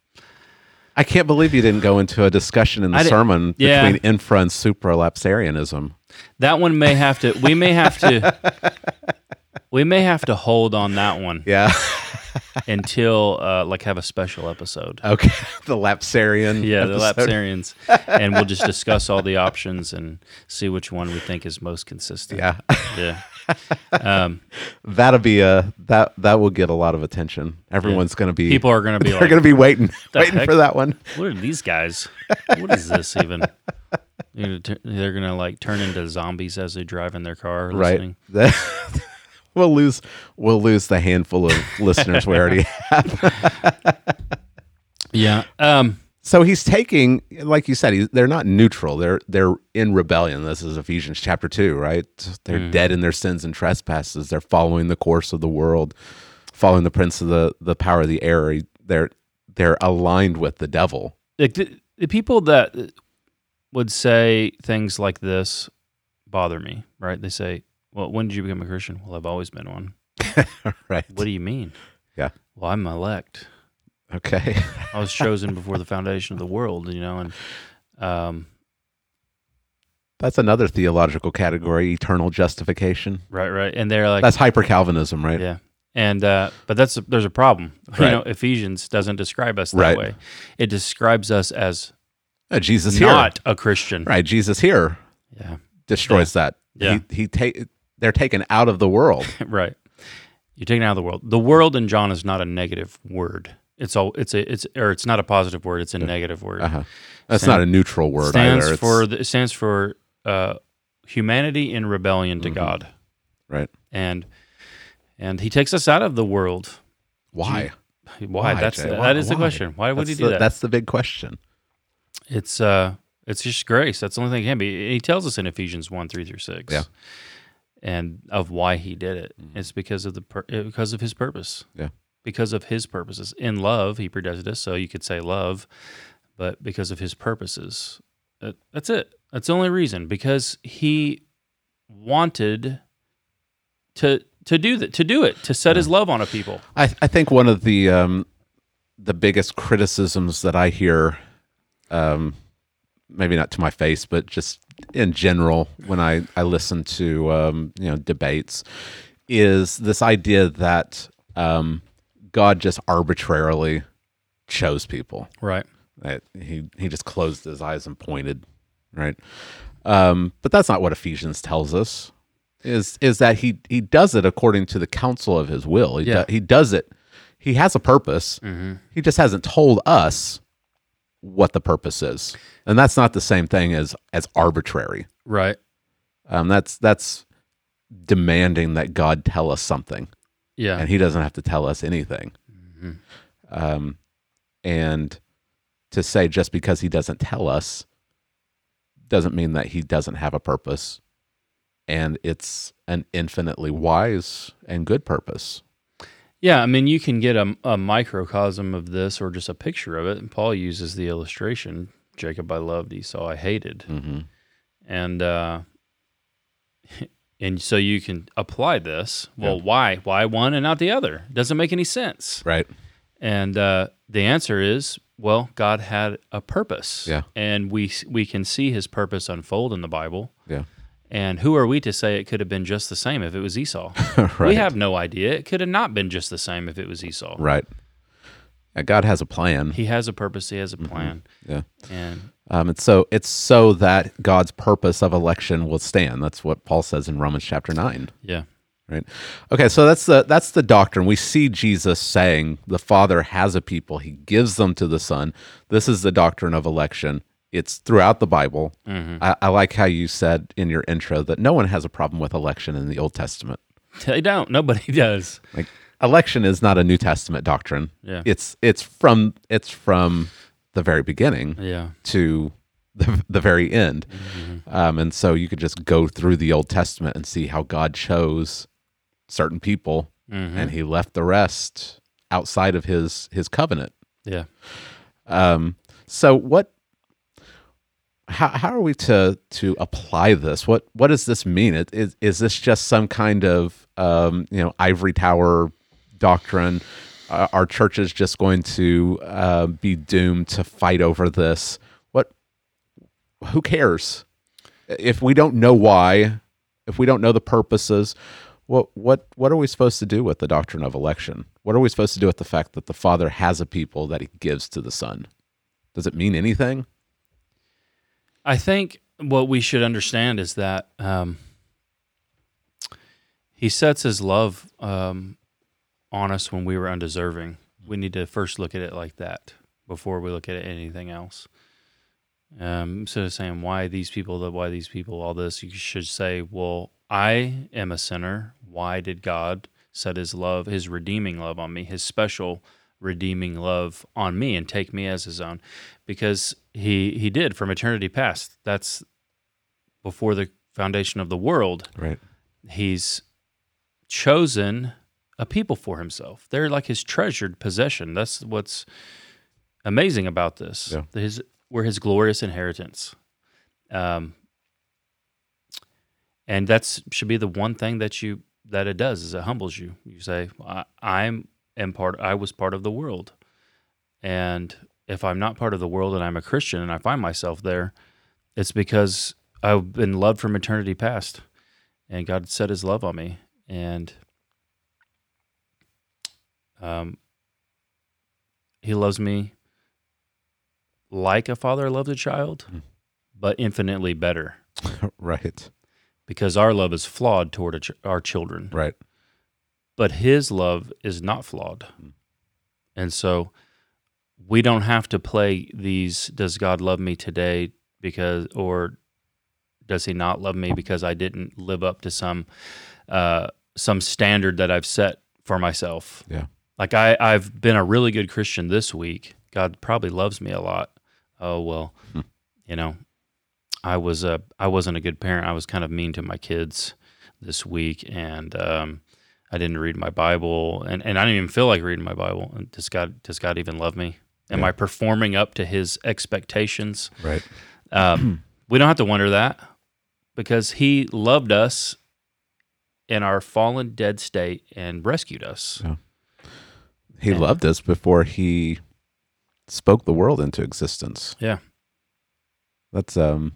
Speaker 1: I can't believe you didn't go into a discussion in the
Speaker 2: I di-
Speaker 1: sermon
Speaker 2: Yeah.
Speaker 1: between infra and supralapsarianism.
Speaker 2: that one may have to. We may have to.
Speaker 1: [laughs]
Speaker 2: we may have to hold on that one
Speaker 1: Yeah.
Speaker 2: until uh, like have a special episode.
Speaker 1: [laughs] okay. The lapsarian.
Speaker 2: Yeah, the
Speaker 1: episode. [laughs]
Speaker 2: Lapsarians, and we'll just discuss all the options and see which one we think is most consistent.
Speaker 1: Yeah.
Speaker 2: Yeah. Um,
Speaker 1: That'll be a that that will get a lot of attention. Everyone's going to be
Speaker 2: people are going to
Speaker 1: [laughs]
Speaker 2: be
Speaker 1: they're
Speaker 2: like,
Speaker 1: going to be waiting
Speaker 2: the
Speaker 1: waiting
Speaker 2: heck?
Speaker 1: for that one.
Speaker 2: "What are these guys? What is
Speaker 1: [laughs]
Speaker 2: this even?" You know, tur- They're going to like turn into zombies as they drive in their car. Listening.
Speaker 1: Right. [laughs] we'll lose we'll lose the handful
Speaker 2: [laughs]
Speaker 1: of listeners we already have.
Speaker 2: Yeah. Um,
Speaker 1: So he's taking like you said, he's, they're not neutral. They're they're in rebellion. This is Ephesians chapter 2, right? They're
Speaker 2: Mm.
Speaker 1: dead in their sins and trespasses. They're following the course of the world, following the prince of the the power of the air. They're they're aligned with the devil. [laughs]
Speaker 2: like the, the people that would say things like this bother me, right? They say, "Well, when did you become a Christian?" Well, I've always been one.
Speaker 1: Right.
Speaker 2: What do you mean?
Speaker 1: Yeah.
Speaker 2: Well, I'm elect.
Speaker 1: Okay.
Speaker 2: I was chosen before the foundation of the world, you know, and um,
Speaker 1: That's another theological category, eternal justification.
Speaker 2: right, right, and they're like,
Speaker 1: That's hyper Calvinism, right?
Speaker 2: yeah, and uh, but that's there's a problem, [laughs] you
Speaker 1: Right.
Speaker 2: know. Ephesians doesn't describe us that
Speaker 1: Right.
Speaker 2: way; it describes us as
Speaker 1: Uh, Jesus here.
Speaker 2: not a Christian.
Speaker 1: Right, Jesus here
Speaker 2: Yeah, [laughs]
Speaker 1: destroys that.
Speaker 2: Yeah.
Speaker 1: He, he ta- they're taken out of the
Speaker 2: [laughs]
Speaker 1: world.
Speaker 2: right. You're taken out of the world. The world in John is not a negative word. It's all it's a it's or it's not a positive word. It's a negative word.
Speaker 1: Uh-huh. That's not a neutral word
Speaker 2: stands
Speaker 1: either. It's-
Speaker 2: for the, it stands for uh, humanity in rebellion
Speaker 1: Mm-hmm.
Speaker 2: to God,
Speaker 1: right.
Speaker 2: and and he takes us out of the world.
Speaker 1: Why?
Speaker 2: Why?
Speaker 1: Why,
Speaker 2: that's
Speaker 1: Jay?
Speaker 2: that
Speaker 1: Why-
Speaker 2: is the
Speaker 1: why?
Speaker 2: question. Why
Speaker 1: that's
Speaker 2: would he do
Speaker 1: the,
Speaker 2: that?
Speaker 1: That's the big question.
Speaker 2: It's uh, it's just grace. That's the only thing it can be. He tells us in Ephesians one three through six,
Speaker 1: Yeah.
Speaker 2: and of why he did it. It's because of the pur- uh, because of his purpose.
Speaker 1: Yeah.
Speaker 2: because of his purposes. In love, he predestined us. So you could say love, but because of his purposes, Uh, that's it. That's the only reason because he wanted to to do that to do it to set his love on a people.
Speaker 1: I, I think one of the um, the biggest criticisms that I hear, um, maybe not to my face, but just in general when I, I listen to um, you know debates, is this idea that um, God just arbitrarily chose people.
Speaker 2: Right.
Speaker 1: Right? He he just closed his eyes and pointed, right? Um, but that's not what Ephesians tells us. Is is that he he does it according to the counsel of his will? He, do-
Speaker 2: Yeah.
Speaker 1: he does it. He has a purpose. He just hasn't told us what the purpose is, and that's not the same thing as as arbitrary.
Speaker 2: Right.
Speaker 1: Um, that's that's demanding that God tell us something
Speaker 2: Yeah.
Speaker 1: and he doesn't have to tell us anything. Um, and to say just because he doesn't tell us doesn't mean that he doesn't have a purpose. And it's an infinitely wise and good purpose.
Speaker 2: Yeah, I mean, you can get a, a microcosm of this or just a picture of it. And Paul uses the illustration Jacob I loved, Esau I hated.
Speaker 1: Mm-hmm.
Speaker 2: And, uh, [laughs] and so you can apply this. Well, why? Why one and not the other? Doesn't make any sense.
Speaker 1: Right.
Speaker 2: And uh, the answer is well, God had a purpose.
Speaker 1: Yeah.
Speaker 2: And we we can see his purpose unfold in the Bible.
Speaker 1: Yeah. [laughs]
Speaker 2: And who are we to say it could have been just the same if it was Esau? [laughs]
Speaker 1: right.
Speaker 2: We have no idea. It could have not been just the same if it was Esau.
Speaker 1: right. Yeah, God has a plan.
Speaker 2: He has a purpose, he has a
Speaker 1: Mm-hmm.
Speaker 2: plan.
Speaker 1: Yeah.
Speaker 2: And
Speaker 1: Um, it's so it's so that God's purpose of election will stand. That's what Paul says in Romans chapter nine.
Speaker 2: yeah. [laughs]
Speaker 1: Right. Okay. So that's the that's the doctrine we see Jesus saying. The Father has a people; He gives them to the Son. This is the doctrine of election. It's throughout the Bible. I, I like how you said in your intro that no one has a problem with election in the Old Testament.
Speaker 2: They don't. Nobody [laughs] does.
Speaker 1: Like election is not a New Testament doctrine.
Speaker 2: Yeah.
Speaker 1: It's it's from it's from the very beginning
Speaker 2: Yeah.
Speaker 1: to the, the very end. Um, and so you could just go through the Old Testament and see how God chose certain people and he left the rest outside of his his covenant.
Speaker 2: Yeah.
Speaker 1: Um, so what how, how are we to to apply this? What what does this mean? It, is is this just some kind of um, you know ivory tower doctrine? Uh, our church is just going to uh, be doomed to fight over this. What? Who cares? If we don't know why, if we don't know the purposes, what what what are we supposed to do with the doctrine of election? What are we supposed to do with the fact that the Father has a people that He gives to the Son? Does it mean anything?
Speaker 2: I think what we should understand is that um, he sets his love um, on us when we were undeserving. We need to first look at it like that before we look at anything else. Um, instead of saying why these people, that why these people, all this, you should say, "Well, I am a sinner. Why did God set His love, His redeeming love on me, His special redeeming love on me, and take me as His own?" Because He He did from eternity past. That's before the foundation of the world.
Speaker 1: Right. [laughs]
Speaker 2: He's chosen a people for Himself. They're like His treasured possession. That's what's amazing about this.
Speaker 1: Yeah.
Speaker 2: That His we're His glorious inheritance. Um, and that's should be the one thing that you that it does is it humbles you. You say, I, "I'm am part. I was part of the world, and if I'm not part of the world and I'm a Christian and I find myself there, it's because I've been loved from eternity past, and God set His love on me, and um, He loves me like a father loves a child, but infinitely better."
Speaker 1: right.
Speaker 2: because our love is flawed toward a ch- our children,
Speaker 1: Right.
Speaker 2: but His love is not flawed. And so we don't have to play these does God love me today because, or does He not love me because I didn't live up to some, uh, some standard that I've set for myself?
Speaker 1: Yeah.
Speaker 2: Like I, I've been a really good Christian this week. God probably loves me a lot. Oh well, you know, I was a I wasn't a good parent. I was kind of mean to my kids this week, and um, I didn't read my Bible, and, and I didn't even feel like reading my Bible. And does God does God even love me? Am
Speaker 1: Yeah.
Speaker 2: I performing up to His expectations?
Speaker 1: Right.
Speaker 2: Um, [clears throat] we don't have to wonder that because He loved us in our fallen, dead state and rescued us.
Speaker 1: He
Speaker 2: Yeah.
Speaker 1: loved us before he spoke the world into existence.
Speaker 2: Yeah.
Speaker 1: That's um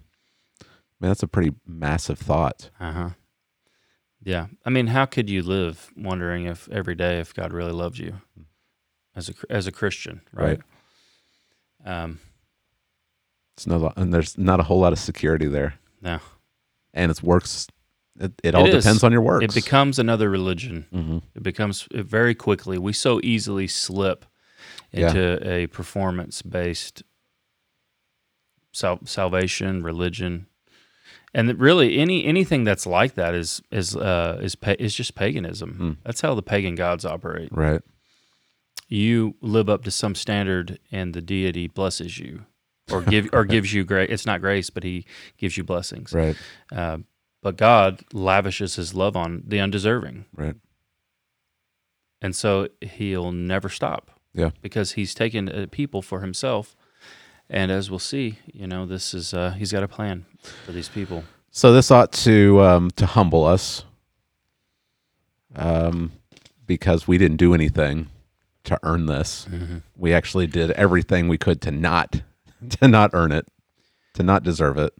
Speaker 1: man, that's a pretty massive thought.
Speaker 2: Uh huh. Yeah. I mean, how could you live wondering if every day if God really loved you as a as a Christian, right? Um.
Speaker 1: It's no lo- and there's not a whole lot of security there.
Speaker 2: No.
Speaker 1: And it's works it, it all
Speaker 2: It is.
Speaker 1: depends on your works.
Speaker 2: It becomes another religion.
Speaker 1: Mhm.
Speaker 2: It becomes it very quickly. We so easily slip
Speaker 1: Yeah.
Speaker 2: into a performance based sal- salvation religion, and that really any anything that's like that is is uh, is pa- is just paganism.
Speaker 1: Hmm.
Speaker 2: That's how the pagan gods operate.
Speaker 1: right.
Speaker 2: you live up to some standard and the deity blesses you or give
Speaker 1: [laughs]
Speaker 2: or gives you grace it's not grace but he gives you blessings
Speaker 1: Right.
Speaker 2: uh, but god lavishes his love on the undeserving
Speaker 1: Right.
Speaker 2: and so he'll never stop
Speaker 1: Yeah.
Speaker 2: because he's taken a people for himself and as we'll see you know this is uh, he's got a plan for these people
Speaker 1: So this ought to um to humble us. Um because we didn't do anything to earn this. We actually did everything we could to not [laughs] to not earn it, to not deserve it.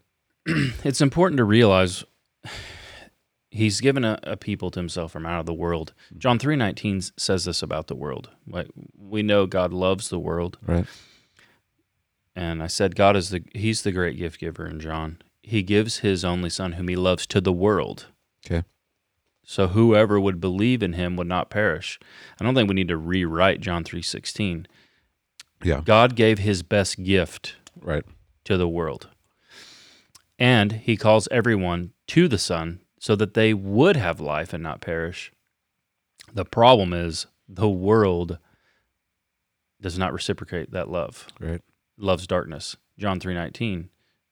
Speaker 2: It's important to realize he's given a, a people to himself from out of the world.
Speaker 1: Mm-hmm.
Speaker 2: John 3:19 says this about the world. Like, We know God loves the world.
Speaker 1: Right.
Speaker 2: And I said, God is the He's the great gift giver in John. He gives His only Son, whom He loves, to the world.
Speaker 1: Okay.
Speaker 2: So whoever would believe in Him would not perish. I don't think we need to rewrite John three sixteen.
Speaker 1: Yeah.
Speaker 2: God gave His best gift
Speaker 1: Right.
Speaker 2: to the world, and He calls everyone to the Son, so that they would have life and not perish. The problem is the world does not reciprocate that love
Speaker 1: Right.
Speaker 2: loves darkness. John 3:19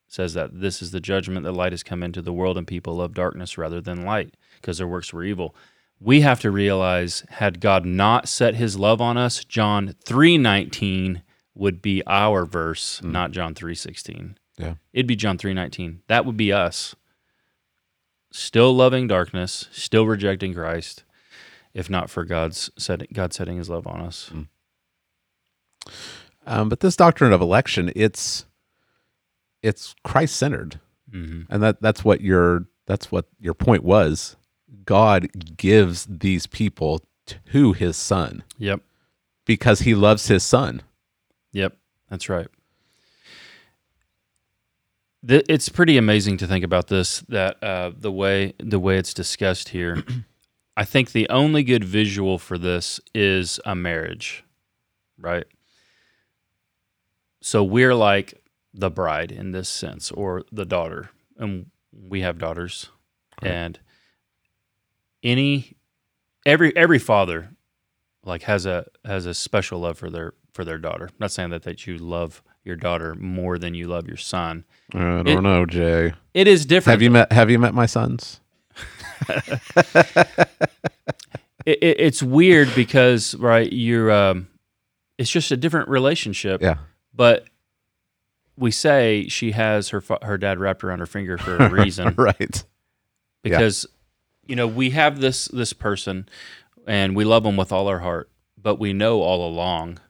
Speaker 2: says that this is the judgment that light has come into the world and people love darkness rather than light because their works were evil. We have to realize had God not set his love on us, John 3:19 would be our verse, not John 3:16.
Speaker 1: Yeah.
Speaker 2: It'd be John 3:19. That would be us. Still loving darkness, still rejecting Christ if not for God's setting, God setting his love on us.
Speaker 1: Um, but this doctrine of election, it's it's Christ centered,
Speaker 2: Mhm.
Speaker 1: and that that's what your that's what your point was. God gives these people to His Son
Speaker 2: Yep.
Speaker 1: because He loves His Son.
Speaker 2: Yep, that's right. Th- It's pretty amazing to think about this. That uh, the way the way it's discussed here, [clears throat] I think the only good visual for this is a marriage, right? So we're like the bride in this sense, or the daughter, and we have daughters,
Speaker 1: Correct.
Speaker 2: and any every every father like has a has a special love for their for their daughter. I'm not saying that that you love your daughter more than you love your son.
Speaker 1: I don't
Speaker 2: It-
Speaker 1: know, Jay.
Speaker 2: It is different.
Speaker 1: Have you met Have you met my sons?
Speaker 2: It, it, it's weird because right, you're um, it's just a different relationship.
Speaker 1: Yeah, [laughs]
Speaker 2: But we say she has her fa- her dad wrapped around her finger for
Speaker 1: [laughs]
Speaker 2: a reason.
Speaker 1: right. Yeah.
Speaker 2: because you know we have this this person and we love them with all our heart but we know all along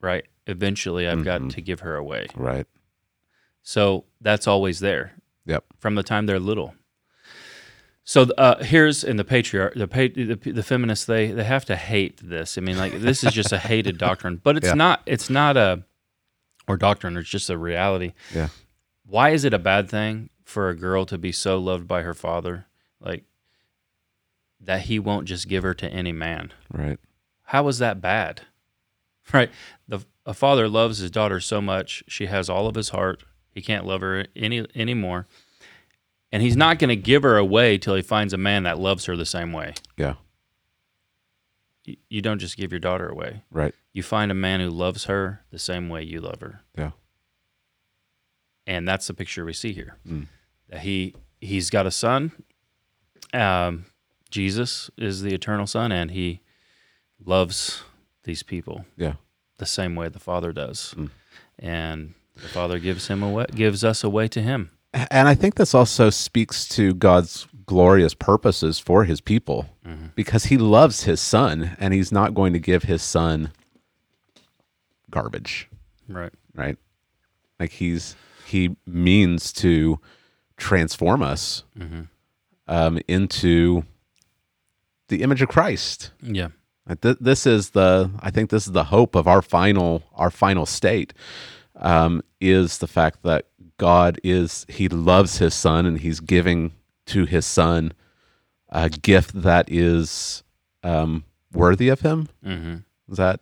Speaker 2: right eventually i've
Speaker 1: Mm-hmm.
Speaker 2: got to give her away
Speaker 1: Right.
Speaker 2: so that's always there
Speaker 1: Yep.
Speaker 2: from the time they're little so uh, here's in the patriarch the, pa- the the feminists they they have to hate this i mean like this is just a hated doctrine but it's
Speaker 1: Yeah.
Speaker 2: not it's not a or doctrine it's just a reality
Speaker 1: Yeah.
Speaker 2: why is it a bad thing for a girl to be so loved by her father like that he won't just give her to any man
Speaker 1: Right.
Speaker 2: how is that bad right the a father loves his daughter so much she has all of his heart he can't love her any anymore and he's not going to give her away till he finds a man that loves her the same way
Speaker 1: Yeah.
Speaker 2: you, you don't just give your daughter away
Speaker 1: Right.
Speaker 2: you find a man who loves her the same way you love her
Speaker 1: Yeah.
Speaker 2: and that's the picture we see here.
Speaker 1: Mm.
Speaker 2: That He he's got a son. Um, Jesus is the eternal Son, and he loves these people
Speaker 1: Yeah.
Speaker 2: the same way the Father does,
Speaker 1: Mm.
Speaker 2: and the Father gives him away, gives us away to Him.
Speaker 1: And I think this also speaks to God's glorious purposes for his people because he loves his son and he's not going to give his son garbage,
Speaker 2: Right.
Speaker 1: right? Like he's he means to transform us um, into the image of Christ.
Speaker 2: Yeah.
Speaker 1: Like, th- This is the I think this is the hope of our final our final state um, is the fact that God is He loves His Son and He's giving to His Son a gift that is um, worthy of Him.
Speaker 2: hmm
Speaker 1: Is that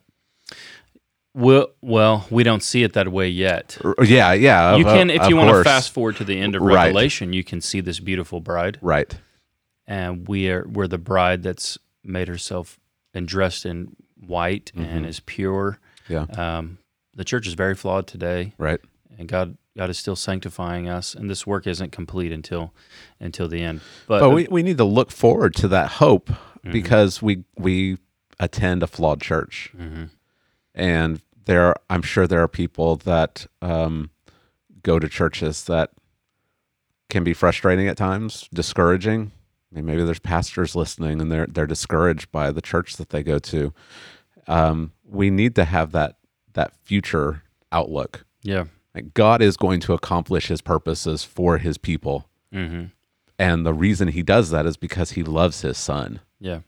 Speaker 2: Well, well, we don't see it that way yet.
Speaker 1: or- yeah yeah?
Speaker 2: You
Speaker 1: of-
Speaker 2: can, if
Speaker 1: of
Speaker 2: you want to
Speaker 1: course.
Speaker 2: fast forward to the end of
Speaker 1: Right.
Speaker 2: Revelation, you can see this beautiful bride.
Speaker 1: right
Speaker 2: and we are we're the bride that's made herself and dressed in white
Speaker 1: Mm-hmm.
Speaker 2: and is pure.
Speaker 1: yeah
Speaker 2: Um, the church is very flawed today,
Speaker 1: right
Speaker 2: and God God is still sanctifying us, and this work isn't complete until until the end. But,
Speaker 1: but we, we need to look forward to that hope because we we attend a flawed church and there i'm sure there are people that um, go to churches that can be frustrating at times discouraging I mean, maybe there's pastors listening and they're they're discouraged by the church that they go to um, we need to have that that future outlook.
Speaker 2: Yeah.
Speaker 1: Like God is going to accomplish His purposes for His people,
Speaker 2: Mm-hmm.
Speaker 1: and the reason He does that is because He loves His Son,
Speaker 2: Yeah.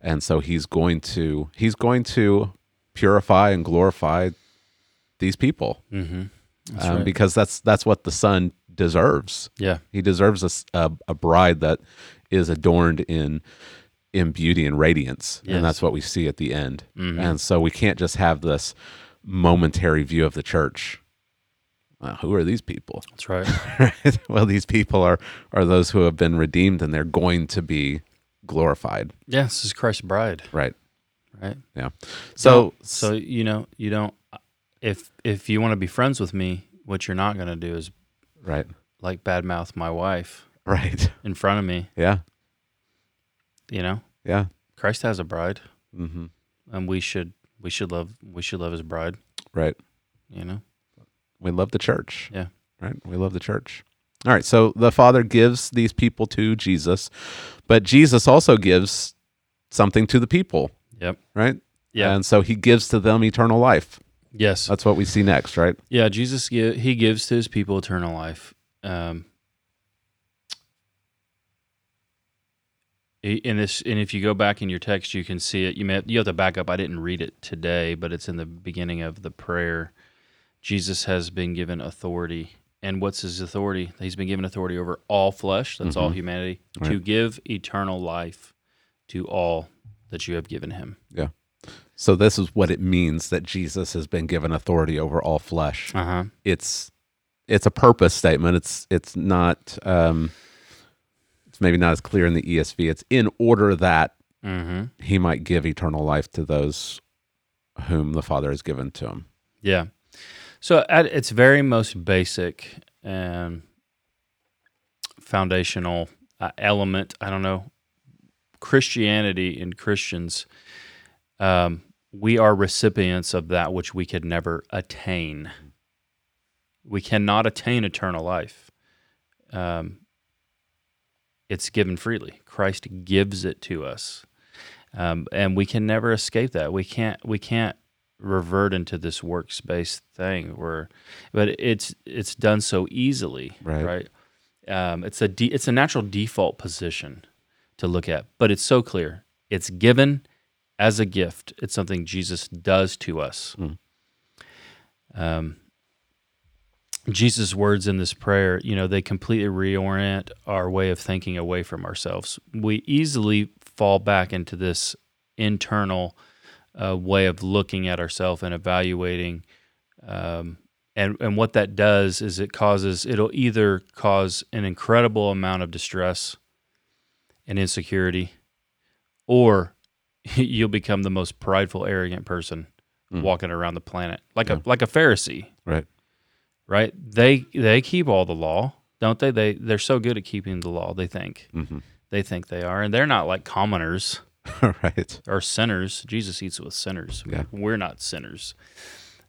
Speaker 1: and so He's going to He's going to purify and glorify these people
Speaker 2: Mm-hmm. That's
Speaker 1: um,
Speaker 2: right.
Speaker 1: because that's that's what the Son deserves.
Speaker 2: Yeah.
Speaker 1: He deserves a, s- a- a bride that is adorned in in beauty and radiance,
Speaker 2: Yes. Mm-hmm.
Speaker 1: and that's what we see at the end. And so we can't just have this momentary view of the church. Uh, who are these people?
Speaker 2: That's right.
Speaker 1: [laughs] well, these people are are those who have been redeemed, and they're going to be glorified,
Speaker 2: yeah. This is Christ's bride,
Speaker 1: right?
Speaker 2: right?
Speaker 1: Yeah. So,
Speaker 2: So you know, you don't. If if you want to be friends with me, what you're not gonna do is
Speaker 1: right,
Speaker 2: like badmouth my wife
Speaker 1: right, [laughs]
Speaker 2: in front of me.
Speaker 1: yeah,
Speaker 2: You know,
Speaker 1: yeah.
Speaker 2: Christ has a bride,
Speaker 1: hmm
Speaker 2: and we should we should love we should love His bride.
Speaker 1: Right.
Speaker 2: You know.
Speaker 1: We love the church.
Speaker 2: Yeah.
Speaker 1: Right? We love the church. All right. So the Father gives these people to Jesus, but Jesus also gives something to the people,
Speaker 2: Yep.
Speaker 1: right?
Speaker 2: Yeah.
Speaker 1: And so he gives to them eternal life.
Speaker 2: yes.
Speaker 1: That's what we see next, right?
Speaker 2: Yeah, Jesus gi- he gives to his people eternal life. Um, i- in this, and if you go back in your text, you can see it. You may have, you have to back up. I didn't read it today, but it's in the beginning of the prayer. Jesus has been given authority, and what's his authority? He's been given authority over all flesh. That's all humanity to give eternal life to all that you have given him.
Speaker 1: Yeah. So this is what it means that Jesus has been given authority over all flesh.
Speaker 2: Uh huh.
Speaker 1: It's it's a purpose statement. It's it's not um it's maybe not as clear in the ESV. It's in order that
Speaker 2: Mm-hmm.
Speaker 1: he might give eternal life to those whom the Father has given to him.
Speaker 2: Yeah. So at its very most basic and foundational uh, element, I don't know, Christianity and Christians, um, we are recipients of that which we could never attain. We cannot attain eternal life. Um, it's given freely. Christ gives it to us, um, and we can never escape that. We can't. We can't revert into this workspace thing where but it's it's done so easily
Speaker 1: Right.
Speaker 2: right, Um, it's a de- it's a natural default position to look at but it's so clear it's given as a gift it's something jesus does to us um, jesus words in this prayer you know they completely reorient our way of thinking away from ourselves we easily fall back into this internal uh, way of looking at ourselves and evaluating. Um, and, and what that does is it causes, it'll either cause an incredible amount of distress and insecurity, or [laughs] you'll become the most prideful, arrogant person walking around the planet, like a like a Pharisee,
Speaker 1: Right. [laughs]
Speaker 2: right? They they keep all the law, don't they? They they're so good at keeping the law. They think
Speaker 1: Mm-hmm.
Speaker 2: they think they are, and they're not like commoners
Speaker 1: right.
Speaker 2: are sinners. Jesus eats with sinners.
Speaker 1: Yeah.
Speaker 2: We're not sinners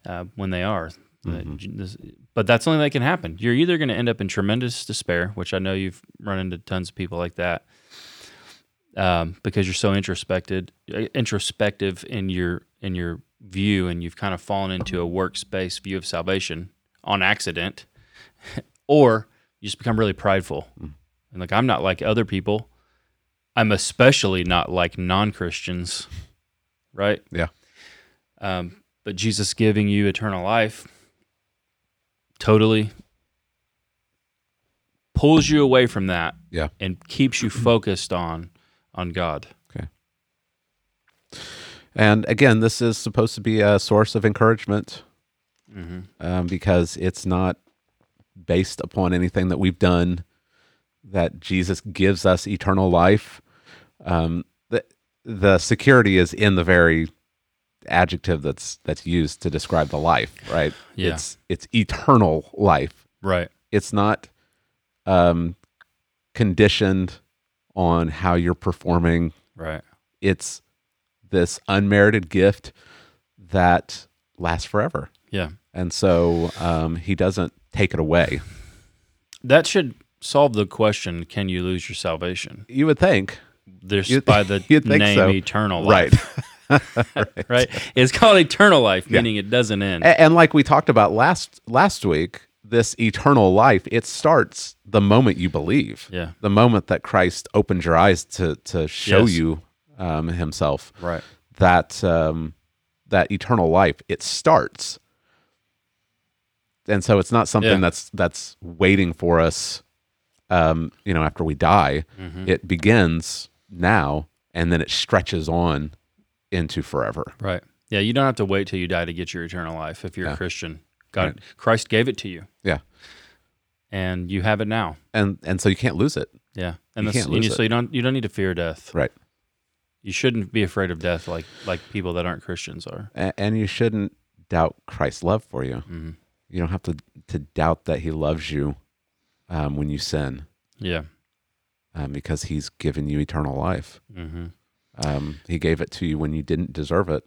Speaker 2: uh, when they are. Uh, j- this- But that's the only that can happen. You're either going to end up in tremendous despair, which I know you've run into tons of people like that, um, because you're so introspected, uh, introspective in your in your view, and you've kind of fallen into a workspace view of salvation on accident, [laughs] or you just become really prideful and like I'm not like other people. I'm especially not like non Christians, right?
Speaker 1: Yeah.
Speaker 2: Um, but Jesus giving you eternal life totally pulls you away from that
Speaker 1: Yeah.
Speaker 2: and keeps you focused on on God.
Speaker 1: And again, this is supposed to be a source of encouragement um, because it's not based upon anything that we've done, that Jesus gives us eternal life. Um, the, the security is in the very adjective that's that's used to describe the life, right?
Speaker 2: Yeah.
Speaker 1: It's it's eternal life.
Speaker 2: Right.
Speaker 1: it's not um, conditioned on how you're performing.
Speaker 2: Right.
Speaker 1: It's this unmerited gift that lasts forever,
Speaker 2: Yeah.
Speaker 1: and so um, he doesn't take it away.
Speaker 2: That should solve the question, can you lose your salvation?
Speaker 1: You would think,
Speaker 2: There's
Speaker 1: You'd-
Speaker 2: by the
Speaker 1: [laughs] you'd think
Speaker 2: name
Speaker 1: so.
Speaker 2: [laughs] eternal life.
Speaker 1: right?
Speaker 2: right? It's called eternal life, meaning it doesn't end.
Speaker 1: A- And like we talked about last last week, this eternal life, it starts the moment you believe.
Speaker 2: Yeah.
Speaker 1: The moment that Christ opened your eyes to to show
Speaker 2: Yes.
Speaker 1: you um, himself.
Speaker 2: Right.
Speaker 1: That um, that eternal life, it starts. And so it's not something
Speaker 2: Yeah.
Speaker 1: that's that's waiting for us um, you know, after we die. It begins now and then it stretches on into forever.
Speaker 2: Right. Yeah, you don't have to wait till you die to get your eternal life if you're a
Speaker 1: Yeah.
Speaker 2: Christian. God Christ gave it to you
Speaker 1: Yeah.
Speaker 2: and you have it now.
Speaker 1: And and so you can't lose it.
Speaker 2: Yeah. And,
Speaker 1: You
Speaker 2: that's,
Speaker 1: can't
Speaker 2: and
Speaker 1: lose
Speaker 2: you, so you don't you don't need to fear death.
Speaker 1: Right.
Speaker 2: You shouldn't be afraid of death like like people that aren't Christians are.
Speaker 1: and, and you shouldn't doubt Christ's love for you.
Speaker 2: Mm-hmm.
Speaker 1: You don't have to to doubt that He loves you um, when you sin,
Speaker 2: Yeah.
Speaker 1: um, because He's given you eternal life.
Speaker 2: hmm
Speaker 1: Um, he gave it to you when you didn't deserve it.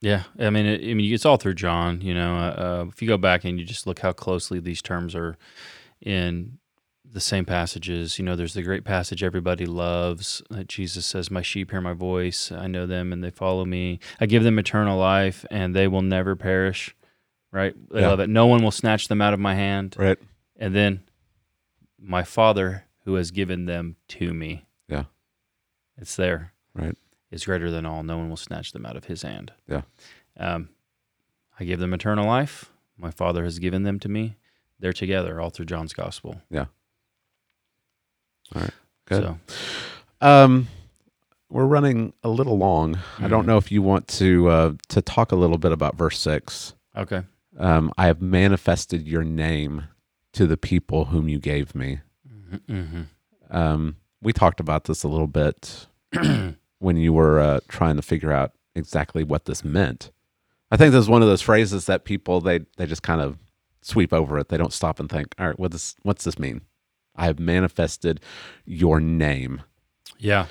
Speaker 2: Yeah, I mean, it, I mean, it's all through John. You know, uh, uh, if you go back and you just look how closely these terms are in the same passages. You know, there's the great passage everybody loves. That Jesus says, "My sheep hear my voice. I know them, and they follow me. I give them eternal life, and they will never perish." Right? They
Speaker 1: Yeah.
Speaker 2: love it. No one will snatch them out of my hand.
Speaker 1: Right.
Speaker 2: And then, my Father who has given them to me.
Speaker 1: Yeah.
Speaker 2: It's there
Speaker 1: Right.
Speaker 2: is greater than all. No one will snatch them out of his hand.
Speaker 1: Yeah.
Speaker 2: Um, I give them eternal life. My Father has given them to me. They're together all through John's gospel.
Speaker 1: All right. Good.
Speaker 2: So,
Speaker 1: Um, we're running a little long. I don't know if you want to uh, to talk a little bit about verse six.
Speaker 2: okay.
Speaker 1: Um, I have manifested your name to the people whom you gave me.
Speaker 2: Mm-hmm.
Speaker 1: Um, we talked about this a little [clears throat] bit when you were uh, trying to figure out exactly what this meant. I think this is one of those phrases that people they they just kind of sweep over it. They don't stop and think, all right, what this what's this mean? I have manifested your name.
Speaker 2: Yeah.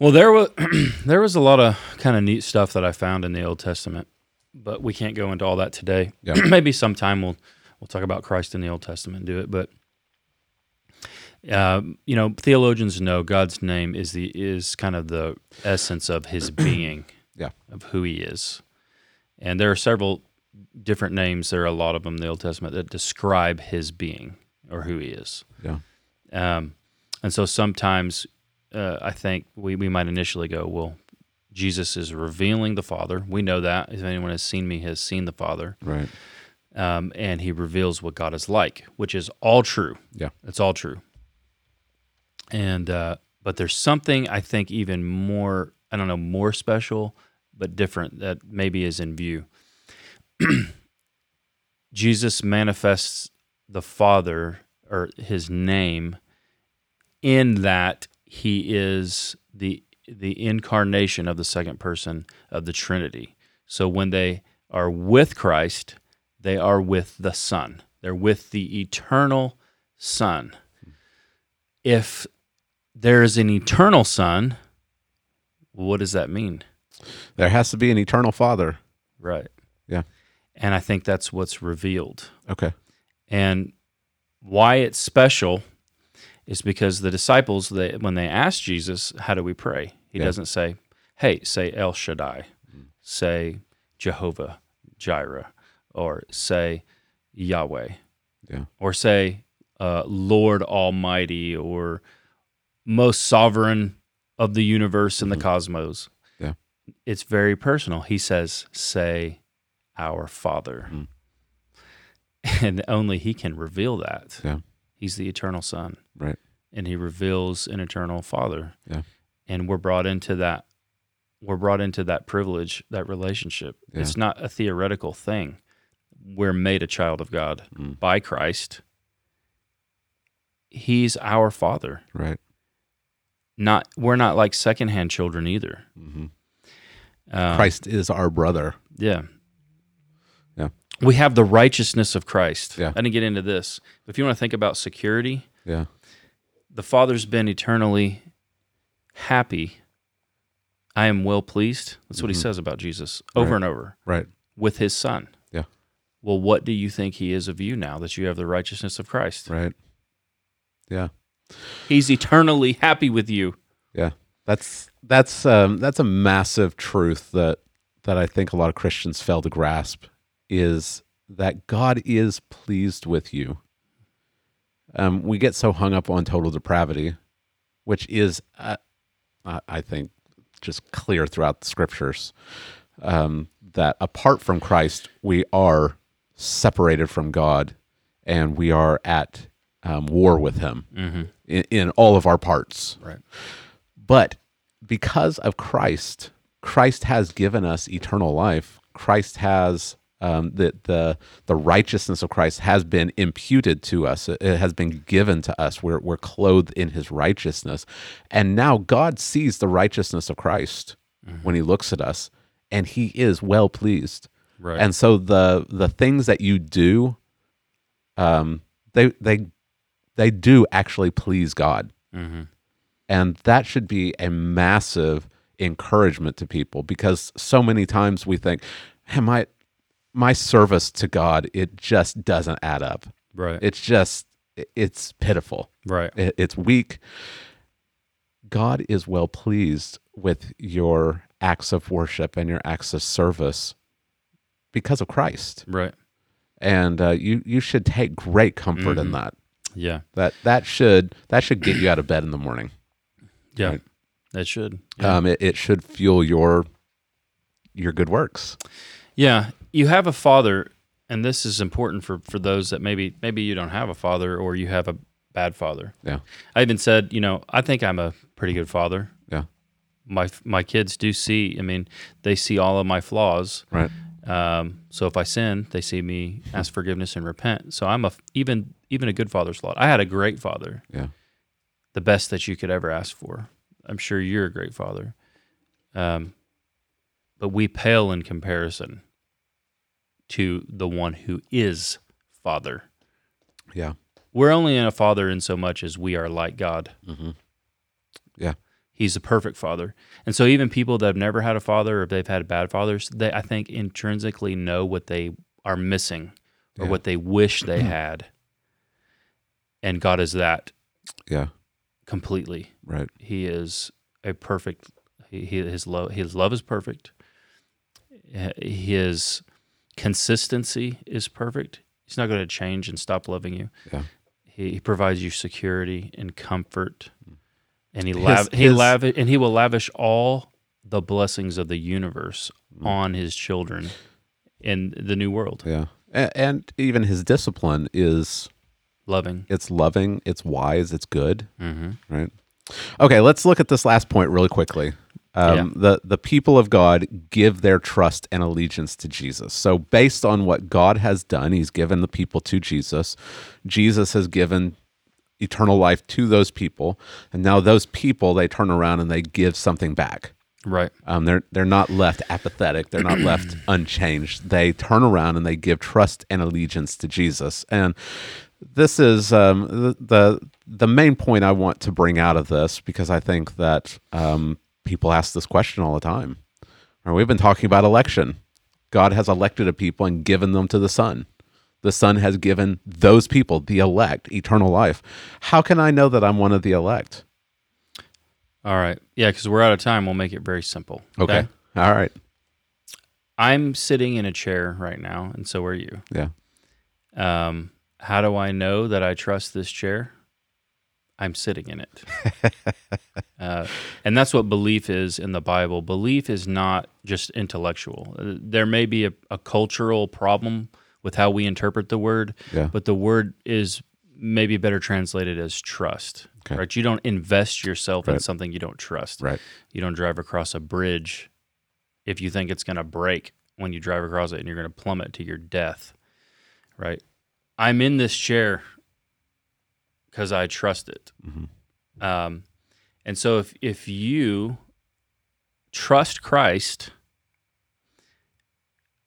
Speaker 2: Well, there was [clears throat] there was a lot of kind of neat stuff that I found in the Old Testament, but we can't go into all that today.
Speaker 1: Yeah.
Speaker 2: [clears throat] Maybe sometime we'll we'll talk about Christ in the Old Testament and do it. But uh, you know, theologians know God's name is the is kind of the essence
Speaker 1: [clears throat]
Speaker 2: of His being,
Speaker 1: Yeah.
Speaker 2: of who He is, and there are several different names. There are a lot of them in the Old Testament that describe His being or who He is.
Speaker 1: Yeah.
Speaker 2: Um, and so sometimes uh, I think we, we might initially go, well, Jesus is revealing the Father. We know that. If anyone has seen me, has seen the Father.
Speaker 1: Right.
Speaker 2: Um, and he reveals what God is like, which is all true.
Speaker 1: Yeah.
Speaker 2: It's all true. And, uh, but there's something I think even more, I don't know, more special, but different that maybe is in view. [clears throat] Jesus manifests the Father or his name in that he is the the incarnation of the second person of the Trinity. So when they are with Christ, they are with the Son. They're with the eternal Son. If there is an eternal Son, what does that mean?
Speaker 1: There has to be an eternal father.
Speaker 2: Right.
Speaker 1: Yeah.
Speaker 2: And I think that's what's revealed.
Speaker 1: Okay.
Speaker 2: And why it's special is because the disciples, they, when they asked Jesus, How do we pray? He
Speaker 1: Yeah.
Speaker 2: doesn't say, Hey, say El Shaddai, say Jehovah Jireh, or say Yahweh,
Speaker 1: Yeah.
Speaker 2: or say uh, Lord Almighty, or most sovereign of the universe and the cosmos.
Speaker 1: Mm-hmm. Yeah.
Speaker 2: It's very personal. He says, Say, Our Father.
Speaker 1: Mm.
Speaker 2: And only He can reveal that.
Speaker 1: Yeah.
Speaker 2: He's the eternal Son,
Speaker 1: Right.
Speaker 2: and He reveals an eternal Father.
Speaker 1: Yeah.
Speaker 2: And we're brought into that. We're brought into that privilege, that relationship.
Speaker 1: Yeah.
Speaker 2: It's not a theoretical thing. We're made a child of God
Speaker 1: Mm.
Speaker 2: by Christ. He's our Father.
Speaker 1: Right.
Speaker 2: Not we're not like secondhand children either.
Speaker 1: hmm
Speaker 2: Um,
Speaker 1: Christ is our brother.
Speaker 2: Yeah.
Speaker 1: Yeah.
Speaker 2: We have the righteousness of Christ.
Speaker 1: Yeah.
Speaker 2: I didn't get into this. But if you want to think about security,
Speaker 1: Yeah.
Speaker 2: the Father's been eternally happy. I am well pleased. That's what he says about Jesus over
Speaker 1: Mm-hmm. Right.
Speaker 2: and over
Speaker 1: Right.
Speaker 2: with his son.
Speaker 1: Yeah.
Speaker 2: Well, what do you think he is of you now that you have the righteousness of Christ?
Speaker 1: Right. Yeah.
Speaker 2: He's eternally happy with you.
Speaker 1: Yeah. That's that's um, that's a massive truth that that I think a lot of Christians fail to grasp is that God is pleased with you. Um, we get so hung up on total depravity, which is, uh, I I think, just clear throughout the scriptures um, that apart from Christ, we are separated from God and we are at um, war with Him in, in all of our parts.
Speaker 2: Right.
Speaker 1: But because of Christ, Christ has given us eternal life. Christ has um, the the the righteousness of Christ has been imputed to us. It has been given to us. We're we're clothed in His righteousness, and now God sees the righteousness of Christ when He looks at us, and He is well pleased.
Speaker 2: Right.
Speaker 1: And so the the things that you do, um, they they they do actually please God. And that should be a massive encouragement to people because so many times we think, "Man, my my service to God, it just doesn't add up.
Speaker 2: Right.
Speaker 1: It's just it's pitiful.
Speaker 2: right.
Speaker 1: It- It's weak. God is well pleased with your acts of worship and your acts of service because of Christ.
Speaker 2: right.
Speaker 1: And uh, you you should take great comfort in that.
Speaker 2: Yeah.
Speaker 1: That that should that should get you out of bed in the morning.
Speaker 2: Yeah.
Speaker 1: Right.
Speaker 2: That should.
Speaker 1: um, it, it should fuel your your good works
Speaker 2: Yeah, you have a father, and this is important for for those that maybe maybe you don't have a father or you have a bad father.
Speaker 1: yeah
Speaker 2: I even said, you know, I think I'm a pretty good father.
Speaker 1: yeah
Speaker 2: My my kids do see. I mean, they see all of my flaws.
Speaker 1: right
Speaker 2: Um, so if I sin, they see me ask forgiveness and repent. So I'm a even even a good father's lot. I had a great father,
Speaker 1: yeah
Speaker 2: the best that you could ever ask for. I'm sure you're a great father, um, but we pale in comparison to the one who is father.
Speaker 1: yeah
Speaker 2: We're only in a father in so much as we are like God.
Speaker 1: yeah
Speaker 2: He's the perfect father. And so even people that have never had a father or if they've had bad fathers, they I think intrinsically know what they are missing or
Speaker 1: Yeah.
Speaker 2: what they
Speaker 1: [clears throat]
Speaker 2: wish they had. And God is that
Speaker 1: yeah
Speaker 2: completely.
Speaker 1: right
Speaker 2: He is a perfect he, he- his love his love is perfect. Uh, His consistency is perfect. He's not going to change and stop loving you.
Speaker 1: Yeah.
Speaker 2: He, he provides you security and comfort. And he
Speaker 1: His-
Speaker 2: lav- he
Speaker 1: his-
Speaker 2: lavi- and he will lavish all the blessings of the universe on his children in the new world.
Speaker 1: Mm. yeah and, and even his discipline is
Speaker 2: Loving.
Speaker 1: it's loving it's wise it's good
Speaker 2: Mm-hmm.
Speaker 1: right okay let's look at this last point really quickly um, the the people of god give their trust and allegiance to jesus so based on what god has done he's given the people to jesus jesus has given eternal life to those people and now those people they turn around and they give something back
Speaker 2: Right.
Speaker 1: um, they're they're not left apathetic. They're not left unchanged. They turn around and they give trust and allegiance to Jesus. And this is um, the, the the main point I want to bring out of this because I think that um, people ask this question all the time. All right, we've been talking about election. God has elected a people and given them to the Son. The Son has given those people, the elect, eternal life. How can I know that I'm one of the elect?
Speaker 2: All right. Yeah, because we're out of time. We'll make it very simple.
Speaker 1: okay. All right.
Speaker 2: I'm sitting in a chair right now, and so are you.
Speaker 1: Yeah.
Speaker 2: Um, how do I know that I trust this chair? I'm sitting
Speaker 1: [laughs]
Speaker 2: in it. uh, and that's what belief is in the Bible. Belief is not just intellectual. Uh, There may be a, a cultural problem with how we interpret the word,
Speaker 1: Yeah.
Speaker 2: but the word is maybe better translated as trust.
Speaker 1: Okay.
Speaker 2: Right? You don't invest yourself in
Speaker 1: Right.
Speaker 2: something you don't trust.
Speaker 1: Right.
Speaker 2: You don't drive across a bridge if you think it's going to break when you drive across it and you're going to plummet to your death. Right? I'm in this chair because I trust it. Um, and so if, if you trust Christ,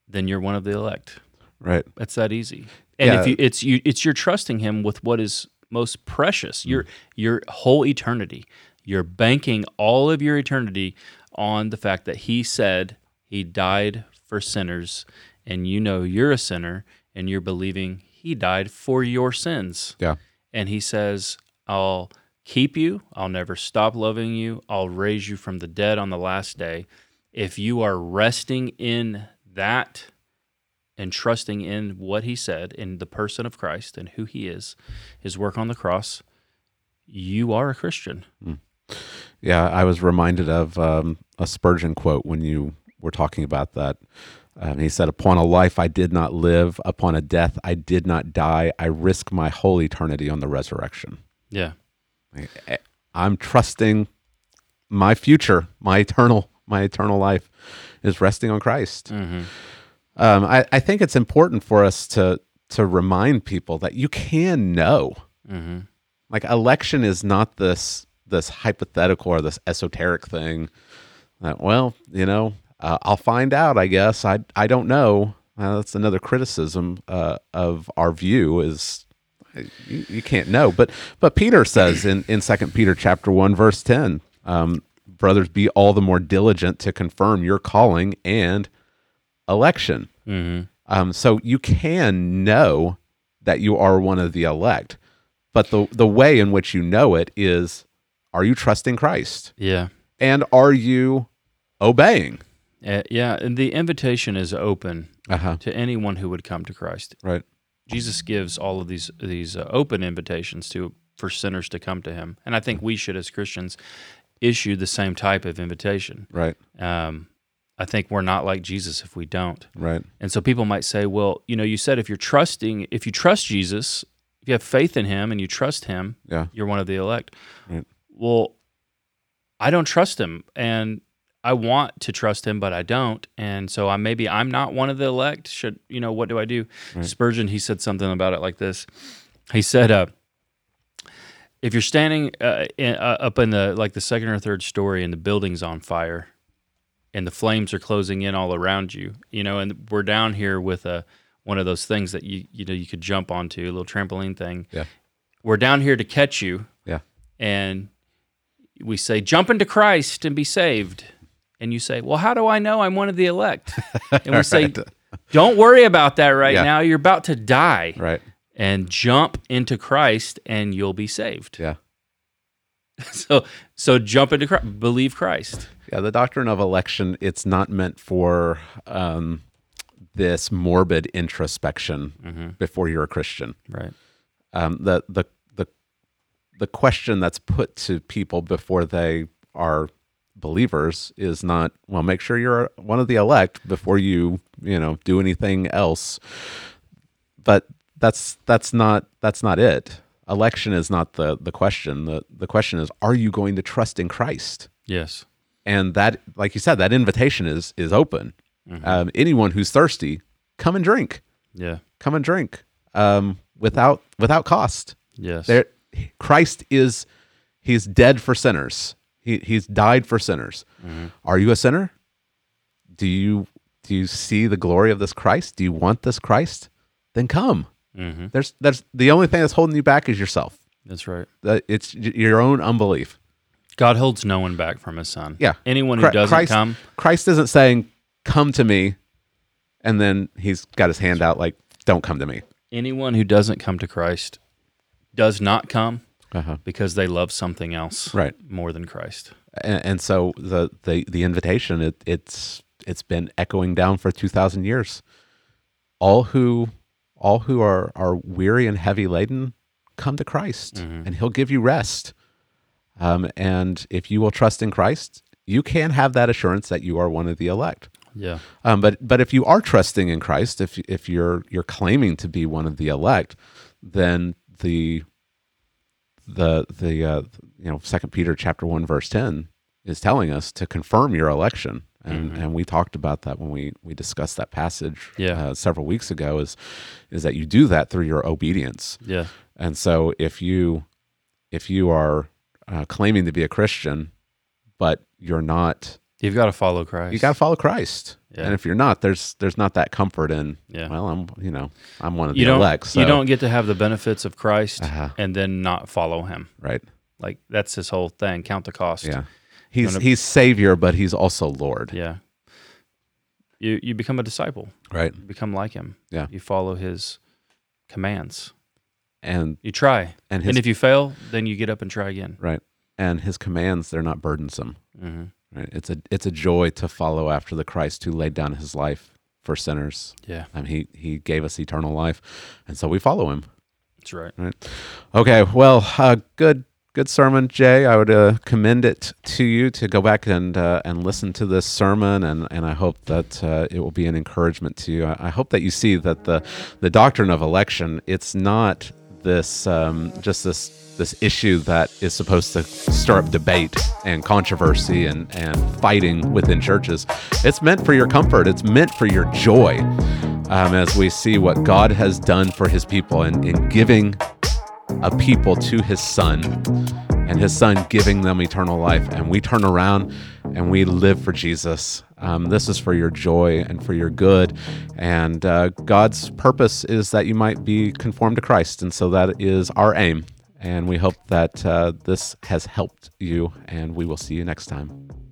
Speaker 2: then you're one of the elect.
Speaker 1: Right.
Speaker 2: It's that easy. And
Speaker 1: Yeah.
Speaker 2: if you, it's you, it's you're trusting Him with what is most precious your your whole eternity. You're banking all of your eternity on the fact that He said He died for sinners, and you know you're a sinner, and you're believing He died for your sins.
Speaker 1: Yeah.
Speaker 2: And He says, "I'll keep you. I'll never stop loving you. I'll raise you from the dead on the last day. If you are resting in that and trusting in what he said, in the person of Christ and who he is, his work on the cross, you are a Christian.
Speaker 1: Yeah, I was reminded of um, a Spurgeon quote when you were talking about that. Um, he said, Upon a life I did not live, upon a death I did not die, I risk my whole eternity on the resurrection.
Speaker 2: Yeah.
Speaker 1: I- I'm trusting my future, my eternal, my eternal life is resting on Christ. Um, I, I think it's important for us to to remind people that you can know. Like election is not this this hypothetical or this esoteric thing. that, well, you know, uh, I'll find out. I guess I I don't know. Uh, that's another criticism uh, of our view is you, you can't know. But but Peter says in in Second Peter chapter one verse ten, um, brothers, be all the more diligent to confirm your calling and election. Um, so you can know that you are one of the elect, but the the way in which you know it is: are you trusting Christ
Speaker 2: Yeah.
Speaker 1: and are you obeying?
Speaker 2: Uh, yeah. And the invitation is open
Speaker 1: Uh huh.
Speaker 2: to anyone who would come to Christ.
Speaker 1: Right.
Speaker 2: Jesus gives all of these these uh, open invitations to for sinners to come to Him, and I think we should, as Christians, issue the same type of invitation.
Speaker 1: Right.
Speaker 2: Um, I think we're not like Jesus if we don't.
Speaker 1: Right.
Speaker 2: And so people might say, "Well, you know, you said if you're trusting, if you trust Jesus, if you have faith in Him and you trust Him,
Speaker 1: Yeah.
Speaker 2: you're one of the elect."
Speaker 1: Right.
Speaker 2: Well, I don't trust Him, and I want to trust Him, but I don't, and so I maybe I'm not one of the elect. Should you know what do I do? Spurgeon he said something about it like this. He said, uh, "If you're standing uh, in, uh, up in the like the second or third story, and the building's on fire." and the flames are closing in all around you you know and we're down here with a one of those things that you you know you could jump onto a little trampoline thing
Speaker 1: Yeah.
Speaker 2: we're down here to catch you
Speaker 1: Yeah.
Speaker 2: and we say jump into christ and be saved and you say well how do i know i'm one of
Speaker 1: [laughs]
Speaker 2: the elect and we say don't worry about that right
Speaker 1: Yeah.
Speaker 2: now you're about to die
Speaker 1: Right.
Speaker 2: and jump into christ and you'll be saved
Speaker 1: Yeah.
Speaker 2: [laughs] so so jump into christ believe christ
Speaker 1: Yeah, the doctrine of election, it's not meant for um, this morbid introspection before you're a Christian.
Speaker 2: right
Speaker 1: Um, the, the, the, the question that's put to people before they are believers is not, well, make sure you're one of the elect before you, you know, do anything else. But that's, that's not, that's not it. Election is not the, the question. The, the question is, are you going to trust in Christ?
Speaker 2: yes
Speaker 1: and that like you said that invitation is is open um, anyone who's thirsty come and drink
Speaker 2: yeah
Speaker 1: come and drink um, without without cost
Speaker 2: yes
Speaker 1: there christ is he's dead for sinners he, he's died for sinners are you a sinner do you do you see the glory of this christ do you want this christ then come
Speaker 2: Mhm.
Speaker 1: there's there's the only thing that's holding you back is yourself
Speaker 2: that's right
Speaker 1: That- it's y- your own unbelief
Speaker 2: God holds no one back from his son.
Speaker 1: Yeah.
Speaker 2: Anyone who
Speaker 1: Chri-
Speaker 2: doesn't
Speaker 1: Christ,
Speaker 2: come,
Speaker 1: Christ isn't saying, "Come to me," and then he's got his hand out like, "Don't come to me."
Speaker 2: anyone who doesn't come to Christ does not come
Speaker 1: Uh-huh.
Speaker 2: because they love something else
Speaker 1: Right.
Speaker 2: more than Christ.
Speaker 1: And, and so the the the invitation it, it's it's been echoing down for two thousand years. All who all who are are weary and heavy laden, come to Christ,
Speaker 2: Mm-hmm.
Speaker 1: and He'll give you rest. Um, and if you will trust in Christ, you can have that assurance that you are one of the elect.
Speaker 2: Yeah.
Speaker 1: Um, but but if you are trusting in Christ, if if you're you're claiming to be one of the elect, then the the the uh, you know Second Peter chapter one verse ten is telling us to confirm your election, and and we talked about that when we we discussed that passage
Speaker 2: Yeah.
Speaker 1: uh, several weeks ago. Is is that you do that through your obedience,
Speaker 2: Yeah.
Speaker 1: and so if you if you are uh, claiming to be a Christian, but you're not
Speaker 2: You've got to follow Christ.
Speaker 1: you got to follow Christ.
Speaker 2: Yeah.
Speaker 1: And if you're not, there's there's not that comfort in.
Speaker 2: Yeah.
Speaker 1: Well, I'm you know I'm one of the
Speaker 2: you don't
Speaker 1: elect. So,
Speaker 2: you don't get to have the benefits of Christ
Speaker 1: Uh-huh.
Speaker 2: and then not follow him.
Speaker 1: right.
Speaker 2: Like that's his whole thing. Count the cost.
Speaker 1: Yeah. He's
Speaker 2: wanna-
Speaker 1: he's Savior, but he's also Lord.
Speaker 2: Yeah. You you become a disciple.
Speaker 1: Right.
Speaker 2: You become like him.
Speaker 1: Yeah.
Speaker 2: You follow his commands.
Speaker 1: and
Speaker 2: You try.
Speaker 1: and his
Speaker 2: And if you fail, then you get up and try again.
Speaker 1: right and his commands they're not burdensome.
Speaker 2: Mm-hmm.
Speaker 1: Right? It's a it's a joy to follow after the Christ who laid down his life for sinners.
Speaker 2: Yeah,
Speaker 1: I mean, he he gave us eternal life, and so we follow him.
Speaker 2: that's right.
Speaker 1: Okay, well, uh, good good sermon, Jay. I would uh, commend it to you to go back and uh, and listen to this sermon, and and I hope that uh, it will be an encouragement to you. I, I hope that you see that the the doctrine of election it's not this um, just this this issue that is supposed to stir up debate and controversy and and fighting within churches. It's meant for your comfort. It's meant for your joy. Um, as we see what God has done for his people in, in giving a people to his son and his son giving them eternal life and we turn around and we live for jesus um, this is for your joy and for your good and uh, god's purpose is that you might be conformed to christ and so that is our aim and we hope that uh, this has helped you and we will see you next time